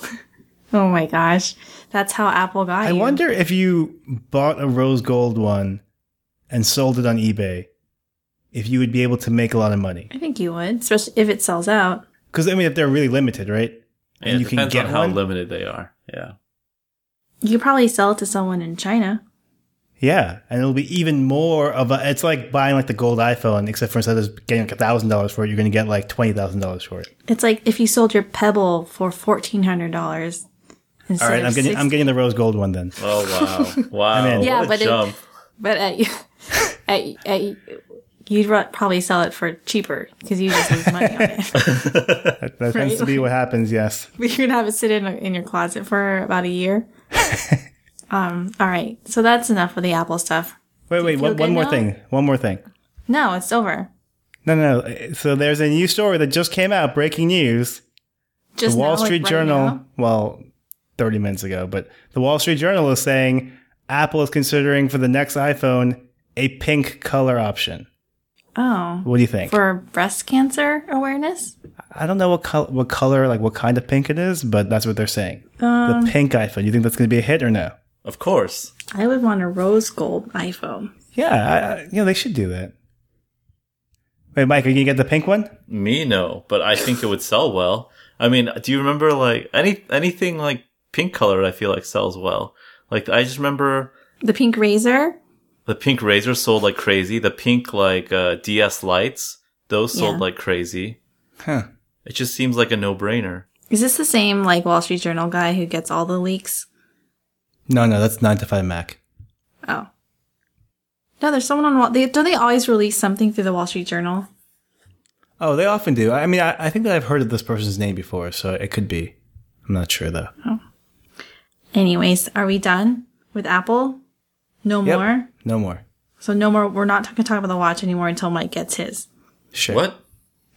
Oh my gosh, that's how Apple got
I
you.
wonder if you bought a rose gold one and sold it on eBay, if you would be able to make a lot of money.
I think you would, especially if it sells out.
Because I mean, if they're really limited, right?
Yeah,
And
it
you can
depends
get
on how
one?
limited they are. Yeah.
You could probably sell it to someone in China.
Yeah, and it'll be even more of a. It's like buying like the gold iPhone, except for instead of getting like thousand dollars for it, you're going to get like twenty thousand dollars for it.
It's like if you sold your Pebble for fourteen hundred dollars.
All right, I'm getting I'm getting the rose gold one then.
Oh wow! Wow.
in.
What
Yeah,
a
but it-
jump.
But at, at, at, you'd ru- probably sell it for cheaper because you just lose money on it.
That, that tends to be what happens. Yes.
But you're gonna have it sit in in your closet for about a year. um. All right. So that's enough of the Apple stuff.
Wait, wait.
feel
One,
good
one more
now?
thing. One more thing.
No, it's over.
No, no, no. So there's a new story that just came out. Breaking news.
Just
the Wall
now, like,
Street
right
Journal,
now?
well, 30 minutes ago, but the Wall Street Journal is saying Apple is considering for the next iPhone a pink color option.
Oh,
What do you think?
for breast cancer awareness.
I don't know what color, what color, like what kind of pink it is, but that's what they're saying.
Um,
the pink iPhone. You think that's going to be a hit or no?
Of course.
I would want a rose gold iPhone.
Yeah, I, I, you know they should do that. Wait, Mike, are you going to get the pink one?
Me no, but I think it would sell well. I mean, do you remember like any anything like pink colored? I feel like sells well. Like I just remember
The pink razor.
the pink razor sold like crazy. The pink like uh, DS lights, those sold
Yeah.
like crazy.
Huh.
It just seems like a no brainer.
Is this the same like Wall Street Journal guy who gets all the leaks?
No, no, that's nine to five Mac.
Oh. No, there's someone on Wall. They, don't they always release something through the Wall Street Journal?
Oh, they often do. I mean, I, I think that I've heard of this person's name before, so it could be. I'm not sure though.
Anyways, are we done with Apple? No
Yep.
more.
No more.
So no more. We're not gonna talk about the watch anymore until Mike gets his.
Sure.
What?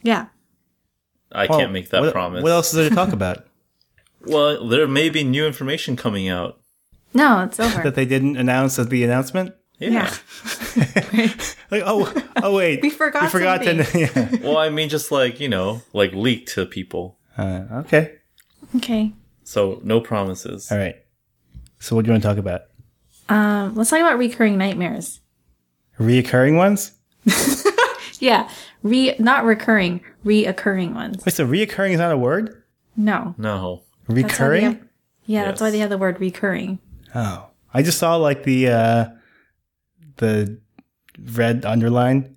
Yeah.
I
Oh,
can't make that
what-
promise.
What else is there to talk about
Well, there may be new information coming out.
No, it's over.
that they didn't announce at the announcement?
yeah.
yeah.
Like, oh, oh wait,
We forgot
We forgot to. Yeah.
well, I mean, just like you know, like leaked to people.
Uh, okay,
Okay.
So no promises.
all right. So, what do you want to talk about?
Um, let's talk about recurring nightmares.
Reoccurring ones.
Yeah, re not recurring, reoccurring ones.
Wait, so reoccurring is not a word.
No,
No.
That's why they
Recurring.
have- yeah, that's why
Yes.
they have the word recurring.
Oh, I just saw like the uh, the red underline,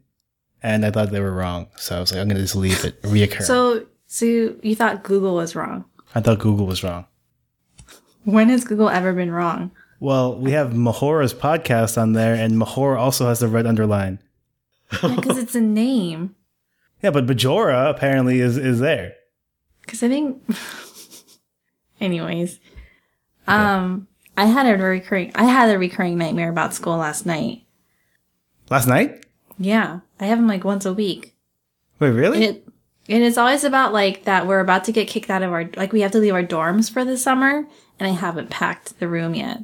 and I thought they were wrong. So I was like, I'm gonna just leave it reoccur.
So, so you, you thought Google was wrong.
I thought Google was wrong.
When has Google ever been wrong?
Well, we have Mahora's podcast on there, and Mahora also has the red underline.
Because it's a name.
Yeah, but Majora apparently is is there.
Because I think, anyways, um, I had a recurring, I had a recurring nightmare about school last night.
Last night?
Yeah, I have them like once a week.
Wait, really?
It and it's always about like that we're about to get kicked out of our like we have to leave our dorms for the summer and I haven't packed the room yet.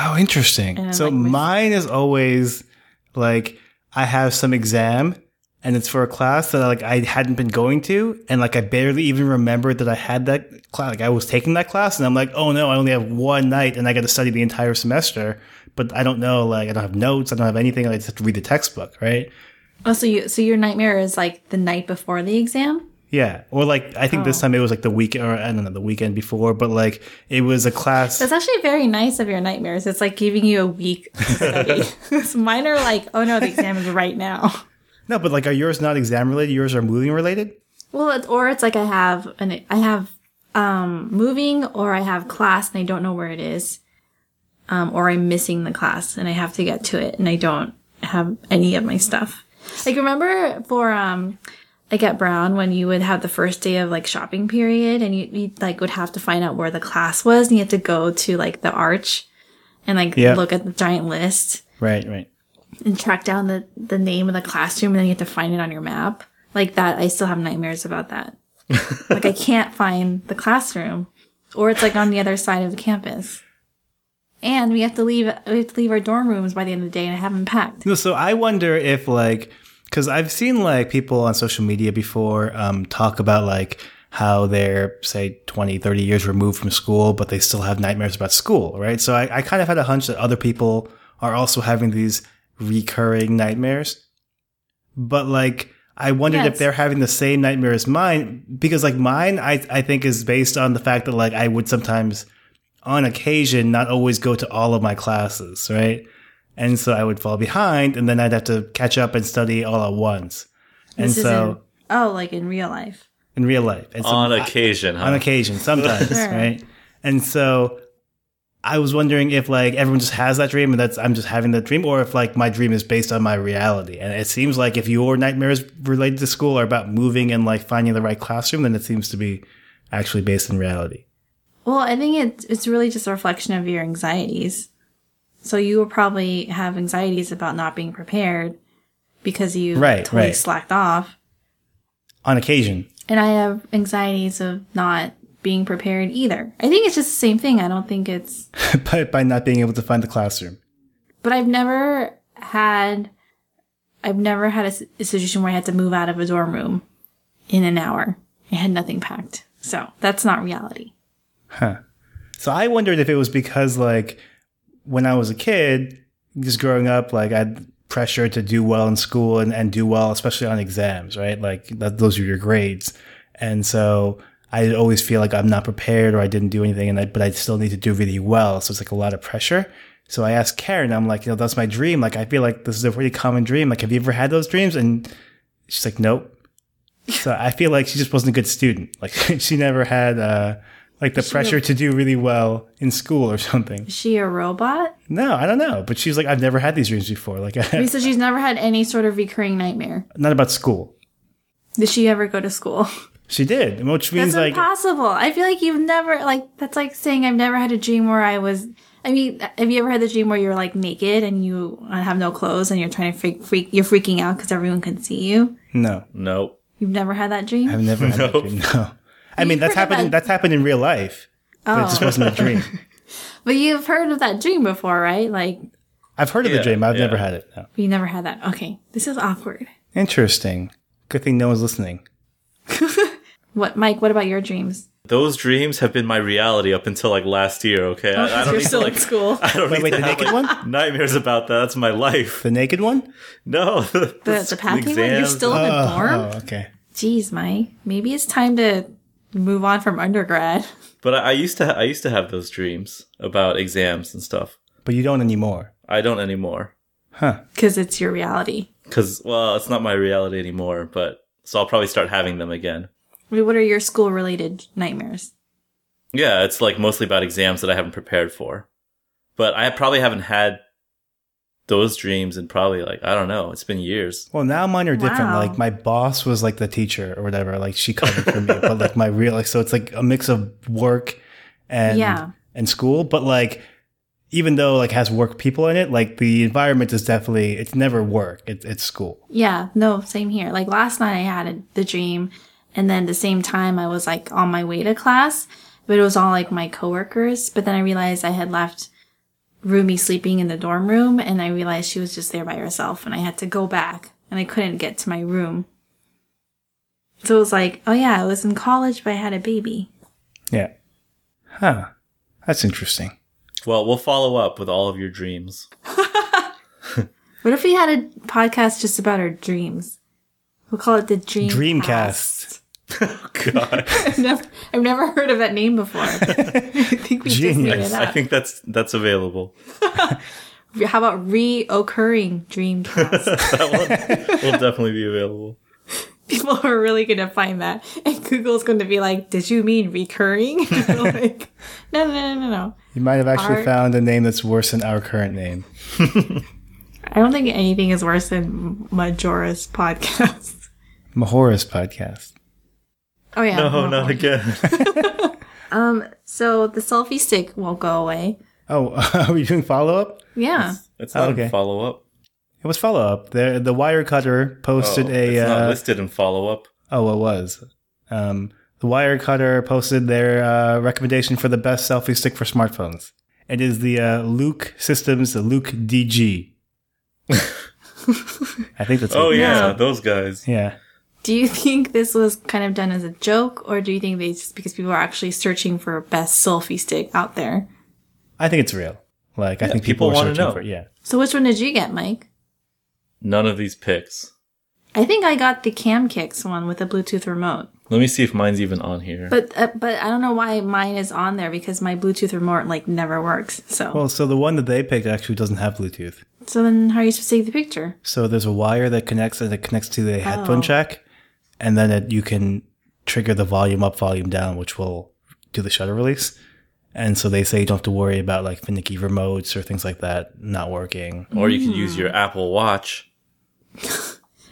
oh, interesting.
And,
So
like, my-
mine is always like I have some exam and it's for a class that like I hadn't been going to and like I barely even remembered that I had that class like I was taking that class and I'm like, "Oh no, I only have one night and I got to study the entire semester." But I don't know like I don't have notes, I don't have anything. I just have to read the textbook, right?
Oh, so you so your nightmare is like the night before the exam?
Yeah, or like I think this time it was like the week, or I don't know, the weekend before, but like it was a class.
That's actually very nice of your nightmares. It's like giving you a week to study. So Mine are like, oh no, the exam is right now.
No, but like, are yours not exam related? Yours are moving related.
Well, it's, or it's like I have an I have um moving or I have class and I don't know where it is. Um or I'm missing the class and I have to get to it and I don't have any of my stuff. Like remember for um like at Brown when you would have the first day of like shopping period and you, you like would have to find out where the class was and you had to go to like the arch and like
Yeah.
look at the giant list
Right, right.
and track down the the name of the classroom and then you have to find it on your map. Like that, I still have nightmares about that. like I can't find the classroom, or it's like on the other side of the campus. And we have to leave. We have to leave our dorm rooms by the end of the day, and I haven't packed.
No, so I wonder if like, because I've seen like people on social media before um, talk about like how they're say 20, 30 years removed from school, but they still have nightmares about school, right? So I, I kind of had a hunch that other people are also having these recurring nightmares. But like, I wondered
Yeah,
if
it's-
they're having the same nightmare as mine because like mine, I, I think is based on the fact that like I would sometimes on occasion not always go to all of my classes, right? And so I would fall behind and then I'd have to catch up and study all at once. And so
This isn't- oh, like in real life.
in real life. And so
on occasion, huh?
on occasion, sometimes,
Sure.
right? And so I was wondering if like everyone just has that dream and that's I'm just having that dream, or if like my dream is based on my reality. And it seems like if your nightmares related to school are about moving and like finding the right classroom, then it seems to be actually based in reality.
Well, I think it's it's really just a reflection of your anxieties. So you will probably have anxieties about not being prepared because you
Right,
totally
right.
slacked off.
On occasion.
And I have anxieties of not being prepared either. I think it's just the same thing. I don't think it's,
by, by not being able to find the classroom.
but I've never had, I've never had a, s- a situation where I had to move out of a dorm room in an hour. I had nothing packed. So that's not reality.
So I wondered if it was because like when I was a kid, just growing up, like I'd pressure to do well in school and, and do well, especially on exams, right? Like that, those are your grades. And so I always feel like I'm not prepared or I didn't do anything and I, but I still need to do really well. So it's like a lot of pressure. So I asked Karen, I'm like, you know, that's my dream. Like I feel like this is a pretty common dream. Like, have you ever had those dreams? And she's like, nope. So I feel like she just wasn't a good student. Like she never had uh, like the pressure to do really well in school or something.
Is she a robot?
No, I don't know. But she's like, I've never had these dreams before. Like
Okay, So she's never had any sort of recurring nightmare.
not about school.
Did she ever go to school?
She did, which means
That's
like
impossible. I feel like you've never, like, that's like saying I've never had a dream where I was, I mean, have you ever had the dream where you're like naked and you have no clothes and you're trying to freak, freak you're freaking out because everyone can see you?
no,
nope.
You've never had that dream?
I've never had that
No.
dream. No, I mean that's
heard
happened.
about-
That's happened in real life. But it just
Oh.
wasn't a dream.
But you've heard of that dream before, right? Like,
I've heard of the
Yeah,
dream. I've
yeah.
never had it. No.
you never had that. Okay. This is awkward.
Interesting. Good thing no one's listening.
What, Mike, what about your dreams?
Those dreams have been my reality up until like last year. Okay, I, I don't
you're
need to
still
like.
in school.
I don't
Wait,
need
wait,
to
the
have,
naked
like,
one?
Nightmares about that. That's my life.
The naked one?
No, the,
The, the packing one? You're still in a dorm?
oh, okay.
Jeez, Mike. Maybe it's time to move on from undergrad.
But I, I used to. Ha- I used to have those dreams about exams and stuff.
but you don't anymore.
I don't anymore
Huh.
because it's your reality.
because well, it's not my reality anymore. But so I'll probably start having them again.
I mean, What are your school related nightmares?
Yeah, it's like mostly about exams that I haven't prepared for. But I probably haven't had those dreams in probably like I don't know. It's been years.
Well, now mine are different.
Wow.
Like my boss was like the teacher or whatever. Like she covered for me, but like my real like so it's like a mix of work and
Yeah.
and school. But like even though like has work people in it, like the environment is definitely it's never work. It, it's school.
Yeah, no, same here. Like last night I had a, the dream and then the same time I was like on my way to class, but it was all like my coworkers. But then I realized I had left Rumi sleeping in the dorm room and I realized she was just there by herself and I had to go back and I couldn't get to my room. So it was like, oh yeah, I was in college, but I had a baby.
Yeah. Huh. That's interesting.
Well, we'll follow up with all of your dreams.
What if we had a podcast just about our dreams? We'll call it the Dream
Dreamcast.
God,
I've never, I've never heard of that name before. I think we just made
Genius.
it
I
up.
think that's that's available.
How about reoccurring Dreamcast?
That one will definitely be available.
People are really going to find that. And Google's going to be like, did you mean recurring? like, no, no, no, no, no.
You might have actually
Art.
found a name that's worse than our current name.
I don't think anything is worse than Majora's podcast.
Mahora's podcast.
Oh, yeah.
No,
no.
not again.
So the selfie stick won't go away.
Oh, are we doing follow up?
Yeah.
It's not
Okay.
in follow up.
It was follow up. The the wire cutter posted a
Oh, it's not
uh,
listed in follow up.
oh it was. Um, the wire cutter posted their uh, recommendation for the best selfie stick for smartphones. It is the uh, Luke Systems the Luke DG. I think that's
Oh
it.
yeah,
Yeah.
those guys.
yeah.
Do you think this was kind of done as a joke, or do you think they just because people are actually searching for best selfie stick out there?
I think it's real. Like I
Yeah,
think people,
people
are
wanna
searching
know.
for it. Yeah.
So which one did you get, Mike?
None of these picks.
I think I got the Cam Kicks one with a Bluetooth remote.
Let me see if mine's even on here.
But uh, but I don't know why mine is on there because my Bluetooth remote like never works. So
Well, so the one that they picked actually doesn't have Bluetooth.
so then how are you supposed to take the picture?
So there's a wire that connects and it connects to the
Oh.
headphone jack, and then it, you can trigger the volume up, volume down, which will do the shutter release. And so they say you don't have to worry about like finicky remotes or things like that not working.
or you can use your Apple Watch.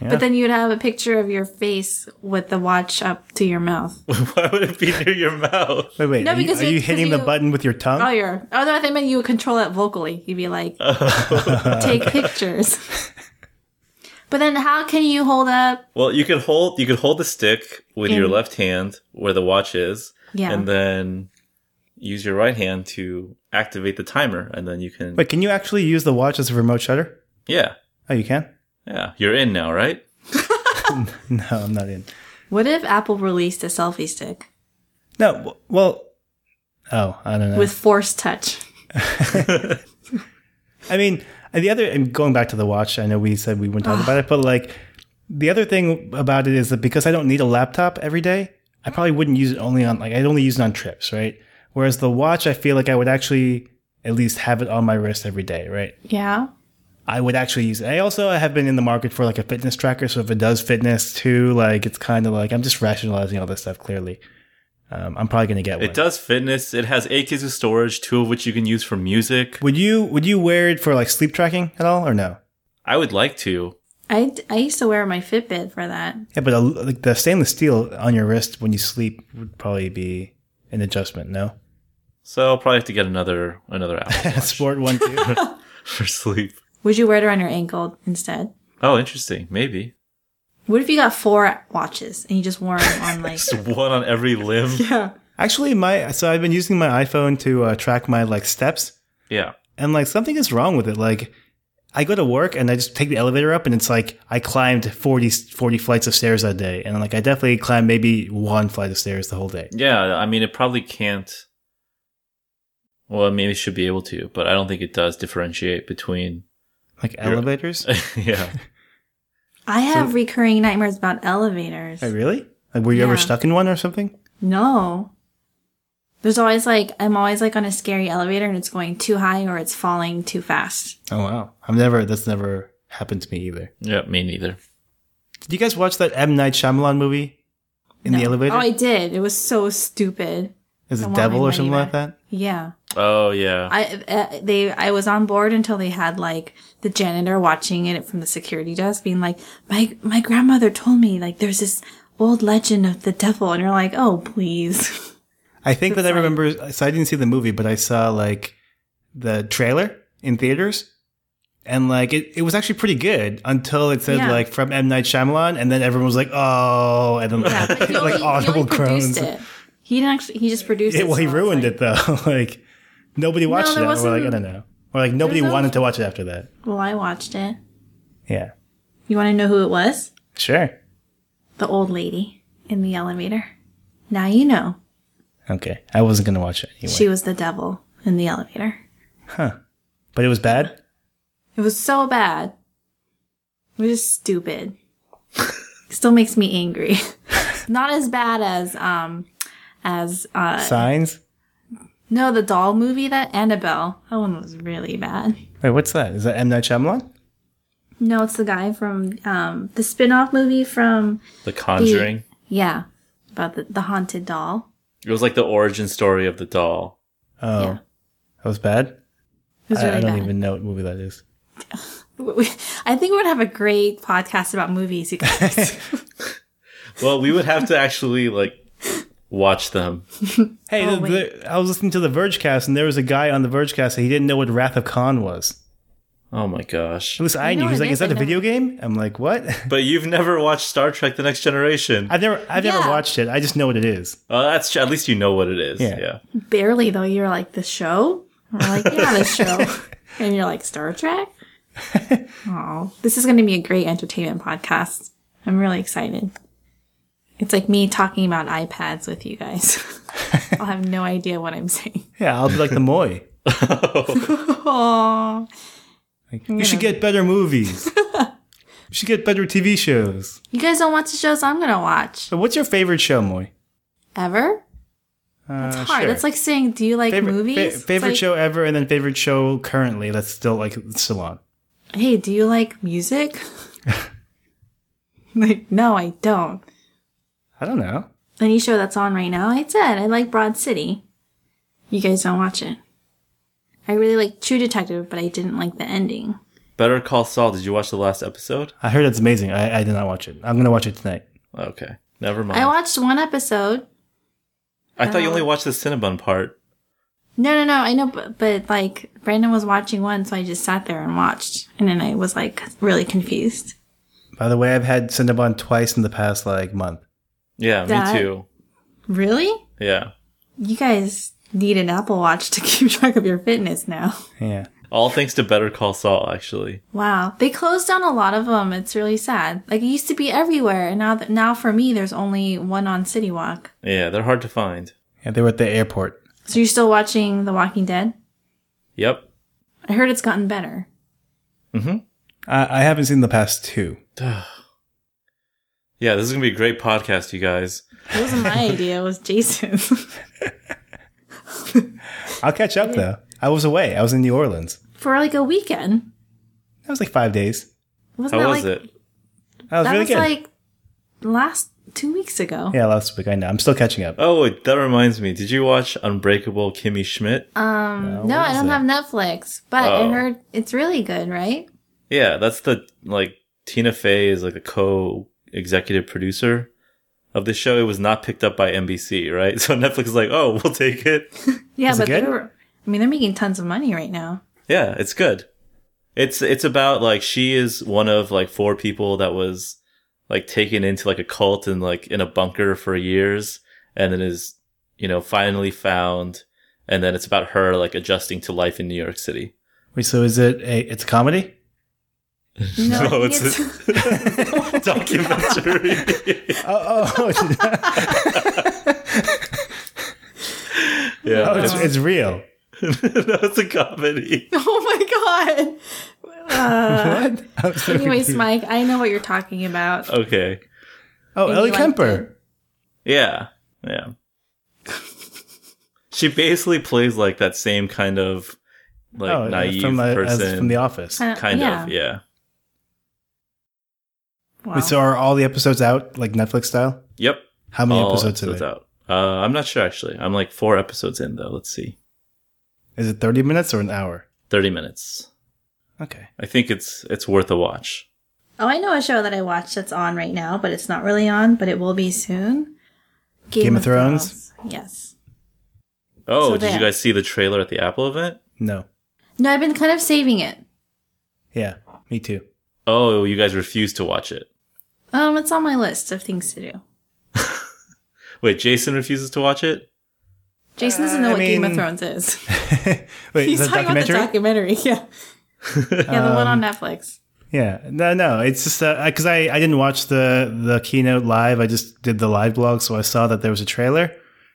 Yeah.
But then you'd have a picture of your face with the watch up to your mouth.
Why would it be near your mouth?
Wait, wait,
No,
are, you,
because
are
you-
you
because
hitting
you-
the button with your tongue?
Oh, your oh no, I think I meant you would control it vocally. You'd be like, take pictures. but then how can you hold up?
Well, you could hold you could hold the stick with your
In-
left hand where the watch is,
Yeah.
and then use your right hand to activate the timer, and then you can.
Wait, can you actually use the watch as a remote shutter?
Yeah,
Oh, you can?
yeah, you're in now, right?
No, I'm not in.
What if Apple released a selfie stick
No, w- well, oh, I don't know.
with force touch?
I mean, and the other, and going back to the watch, I know we said we wouldn't talk about it, but like the other thing about it is that because I don't need a laptop every day, I probably wouldn't use it only on, like, I'd only use it on trips, right? Whereas the watch, I feel like I would actually at least have it on my wrist every day, right?
Yeah.
I would actually use it. I also have been in the market for like a fitness tracker. So if it does fitness too, like, it's kind of like, I'm just rationalizing all this stuff clearly. Um, I'm probably going to get one.
It does fitness. It has eight gigs of storage, two of which you can use for music.
Would you, would you wear it for like sleep tracking at all or no?
I would like to.
I, I used to wear my Fitbit for that.
Yeah, but a, like the stainless steel on your wrist when you sleep would probably be an adjustment. No,
So I'll probably have to get another another Apple Watch
sport one too.
for sleep.
Would you wear it around your ankle instead?
Oh, interesting. Maybe
What if you got four watches and you just wore them on like?
just one on every limb.
yeah.
Actually, my so I've been using my iPhone to uh, track my like steps,
Yeah.
and like something is wrong with it. Like I go to work and I just take the elevator up, and it's like I climbed 40, 40 flights of stairs that day, and like I definitely climbed maybe one flight of stairs the whole day.
Yeah, I mean, it probably can't. Well, I mean, it should be able to, but I don't think it does differentiate between.
Like elevators.
yeah.
I have recurring nightmares about elevators.
Wait, really? Like were you ever
Yeah.
stuck in one or something?
No. There's always like I'm always like on a scary elevator and it's going too high or it's falling too fast.
Oh wow, I've never that's never happened to me either.
Yeah, me neither.
Did you guys watch that M Night Shyamalan movie in the
No.
elevator?
Oh, I did. It was so stupid.
Is
I
it
want
Devil
my
or
money
something like
back.
that?
Yeah.
Oh yeah.
I uh, they I was on board until they had like the janitor watching it from the security desk being like my my grandmother told me like there's this old legend of the devil and you're like oh please
I think that I
It's like-
remember. So I didn't see the movie, but I saw like the trailer in theaters, and like it, it was actually pretty good until it said
Yeah.
like from M Night Shyamalan, and then everyone was like, "Oh,only- oh," and then
yeah, but
like,
he only, he only
audible groans.
produced it he didn't actually he just produced
Yeah,
it
well, he
so I was
ruined
like,
it though. like nobody watched
there
it. We're like,
wasn't-
I don't know. Or like nobody
no-
wanted to watch it after that.
well I watched it
Yeah,
you want to know who it was
sure.
the old lady in the elevator now you know
Okay, I wasn't gonna watch it anyway,
she was the devil in the elevator
but it was bad.
It was so bad. It was just stupid. Still makes me angry. Not as bad as um as uh
Signs.
no the doll movie that Annabelle. That one was really bad.
Wait, what's that? Is that M Night Shyamalan?
No, it's the guy from um the spin-off movie from
The Conjuring.
yeah, about the, the haunted doll.
It was like the origin story of the doll.
Oh,
Yeah.
that was bad.
It was
I,
really
I don't
bad.
even know what movie that is.
We- we- I think we would have a great podcast about movies, you guys.
Well, we would have to actually like watch them.
Hey,
Oh,
the, the, I was listening to the Vergecast, and there was a guy on the Vergecast that he didn't know what Wrath of Khan was.
Oh my gosh.
At least I,
know
knew. He's
it
like, "Is
is,
that
I
a
know
video game?" I'm like, "What?"
But you've never watched Star Trek The Next Generation.
I've never, I've
Yeah.
never watched it. I just know what it is.
Well, that's at least you know what it is.
Yeah.
Yeah.
Barely though, you're like the show. And we're like, yeah, the show. and you're like Star Trek. Oh, this is going to be a great entertainment podcast. I'm really excited. It's like me talking about iPads with you guys. I'll have no idea what I'm saying.
Yeah, I'll be like the Moy.
Oh,
Like, you should get better movies. you should get better TV shows.
you guys don't watch the shows I'm going to watch
So, what's your favorite show, Moy?
ever.
Uh,
It's hard. That's like saying, do you like
favorite,
movies?
fa-
It's
favorite
like,
show ever, and then favorite show currently that's still like still on.
Hey, do you like music? like, no, I don't.
I don't know.
any show that's on right now. I said I like Broad City. You guys don't watch it. I really like True Detective, but I didn't like the ending.
Better Call Saul. Did you watch the last episode?
I heard it's amazing. I, I did not watch it. I'm gonna watch it tonight.
Okay. Never mind.
I
I,
watched one episode.
thought you only watched the Cinnabon part.
No, no, no. I know, but, but like Brandon was watching one, so I just sat there and watched, and then I was like really confused.
By the way, I've had Cinnabon twice in the past like month.
Yeah,
That-
me too.
Really?
Yeah.
You guys need an Apple Watch to keep track of your fitness now.
Yeah.
All thanks to Better Call Saul, actually.
Wow, they closed down a lot of them. It's really sad. Like it used to be everywhere, and now th- now for me, there's only one on City Walk.
Yeah, they're hard to find.
Yeah, they were at the airport.
So you're still watching The Walking Dead?
Yep.
I heard it's gotten better.
I, I haven't seen the past two.
Yeah, this is gonna be a great podcast, you guys.
It wasn't my idea, it was Jason's.
I'll catch up though. I was away. I was in New Orleans.
For like a weekend.
That was like five days.
Wasn't
How
that
was
like
it?
That was
that
really
was
good.
like last two weeks ago.
yeah, last week. I know. I'm still catching up.
Oh, wait, that reminds me. Did you watch Unbreakable Kimmy Schmidt?
Um
what
no, I
is
don't
it?
have Netflix, but
Oh.
I heard it's really good, right?
yeah, that's the like Tina Fey is like a co-executive producer of the show. It was not picked up by NBC, right? So Netflix is like, "Oh, we'll take it."
Yeah,
Is it
but
good?
they're I mean they're making tons of money right now.
Yeah, it's good. It's it's about like she is one of like four people that was like taken into like a cult and like in a bunker for years and then is, you know, finally found and then it's about her like adjusting to life in New York City.
Wait, so is it a? It's a comedy.
No, I think
it's
it's,
a documentary.
Oh, oh, it's-
yeah.
oh,
it's,
it's, it's real.
no, it's a comedy.
Oh my god. Uh,
What? I'm so
anyways,
confused.
Mike, I know what you're talking about.
Okay.
oh,
you
Ellie
liked
Kemper.
Yeah. Yeah. she basically plays like that same kind of like
Oh,
naive
from, uh, as-
person,
from The Office.
Uh,
kind of yeah.
Wow.
So are all the episodes out like Netflix style?
Yep.
How many
All
episodes, are there?
out. Uh, I'm not sure actually. I'm like four episodes in though. Let's see,
Is it thirty minutes or an hour?
thirty minutes.
Okay.
I think it's it's worth a watch.
Oh, I know a show that I watch that's on right now, but it's not really on, but it will be soon.
Game of Thrones?
Thrones. Yes.
Oh,
So
did you
there.
guys see the trailer at the Apple event?
No.
No, I've been kind of saving it.
Yeah. Me too.
Oh, you guys refused to watch it.
Um, it's on my list of things to do.
Wait, Jason refuses to watch it.
Jason doesn't
Uh,
know
I
what Game of
mean-
Thrones is.
Wait,
He's
is that
talking about the
documentary? Um,
documentary. Yeah. yeah, the one on Netflix. because
yeah. No, no. It's just because I, I didn't watch the the keynote live. I just did the live blog, so I saw that there was a trailer,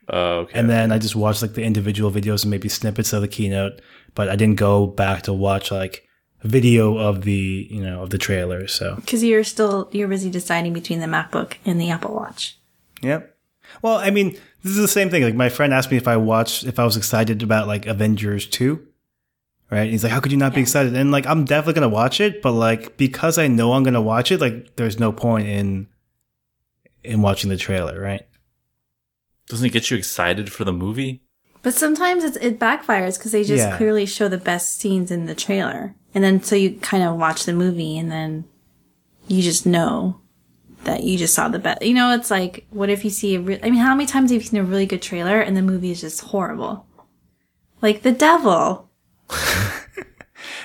Oh, okay.
and then I just watched like the individual videos and maybe snippets of the keynote, but I didn't go back to watch like video of the you know of the trailer. So
you're still you're busy deciding between the MacBook and the Apple Watch.
Yep. Well, I mean, this is the same thing. Like my friend asked me if I watched if I was excited about like Avengers 2. Right? And he's like, "How could you not be excited?" And like I'm definitely going to watch it, but like because I know I'm going to watch it, like there's no point in in watching the trailer, right?
Doesn't it get you excited for the movie?
But sometimes it's, it backfires because they just
Yeah.
clearly show the best scenes in the trailer, and then so you kind of watch the movie, and then you just know that you just saw the best. You know, it's like what if you see a re- I mean, how many times have you seen a really good trailer and the movie is just horrible? Like the devil.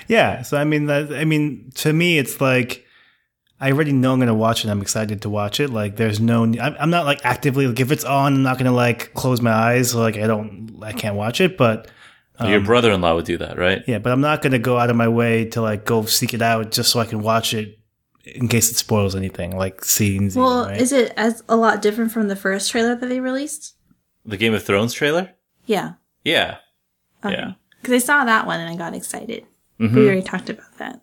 Yeah. So I mean, that, I mean, to me it's like I already know I'm going to watch it. I'm excited to watch it. Like there's no I'm I'm not like actively like if it's on, I'm not going to like close my eyes like I don't I can't watch it, but
Your brother-in-law would do that, right?
Yeah, but I'm not going to go out of my way to like go seek it out just so I can watch it in case it spoils anything, like scenes. even,
Well,
right?
is it as a lot different from the first trailer that they released?
The Game of Thrones trailer?
Yeah.
Yeah. Yeah.
Because I saw that one and I got excited. We already talked about that.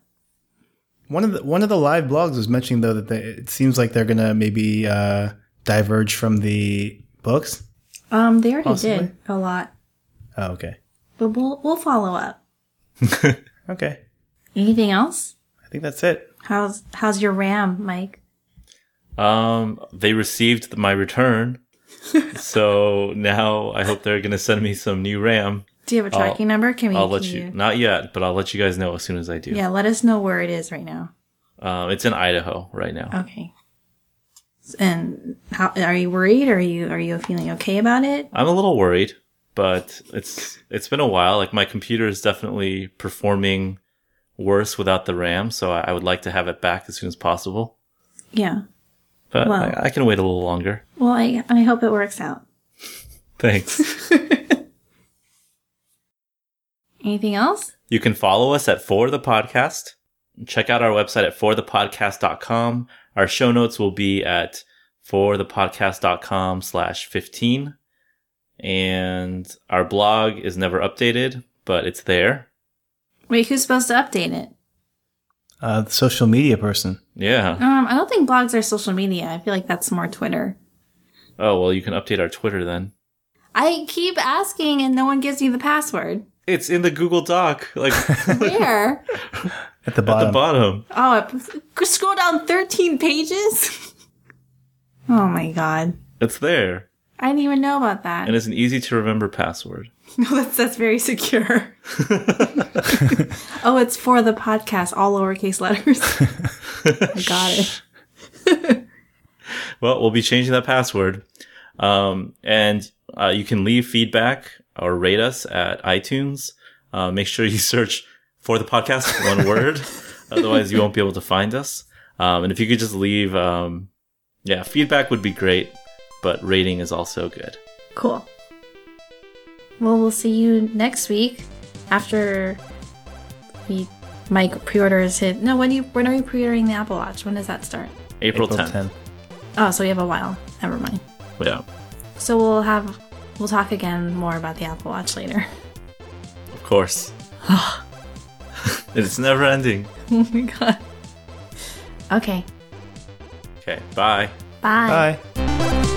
one of the one of the live blogs was mentioning though that they, it seems like they're going to maybe uh, diverge from the books.
Um, they already
Possibly.
did a lot,
Oh, okay,
but we'll we'll follow up.
okay.
Anything else?
I think that's it.
How's how's your RAM, Mike?
Um, they received my return. so now I hope they're going to send me some new RAM.
Do you have a tracking number? Can we?
I'll let
can
you, not yet, but I'll let you guys know as soon as I do.
Yeah, let us know where it is right now.
Um, it's in Idaho right now.
Okay. And how are you worried? Are you are you feeling okay about it?
I'm a little worried, but it's it's been a while. Like my computer is definitely performing worse without the RAM, so I, I would like to have it back as soon as possible.
Yeah.
But
Wow.
I, I can wait a little longer.
Well, I I hope it works out.
Thanks.
Anything else?
you can follow us at For the Podcast. Check out our website at forthepodcast.com. Our show notes will be at forthepodcast.com slash 15. And our blog is never updated, but it's there.
Wait, who's supposed to update it?
Uh, the social media person.
Yeah.
Um, I don't think blogs are social media. I feel like that's more Twitter.
Oh, well, you can update our Twitter then.
I keep asking and no one gives me the password.
It's in the Google Doc, like at
Where?
At the bottom.
the bottom.
oh, I p- scroll down 13 pages? oh my god.
It's there.
I didn't even know about that.
And it's an easy to remember password.
no, that's, that's very secure. oh, it's for the podcast, all lowercase letters. I got it.
Well, we'll be changing that password. Um, and uh, you can leave feedback or rate us at iTunes. Uh, make sure you search for the podcast, one word. Otherwise, you won't be able to find us. Um, and if you could just leave, um, yeah, feedback would be great, but rating is also good.
Cool. Well, we'll see you next week after we Mike pre-orders his. No, when do you when are you pre-ordering the Apple Watch? When does that start?
April, 10th.
Oh, so we have a while. Never mind.
Yeah,
So we'll have we'll talk again more about the Apple Watch later.
of course. it's never ending.
oh my god. Okay.
Okay, bye.
Bye.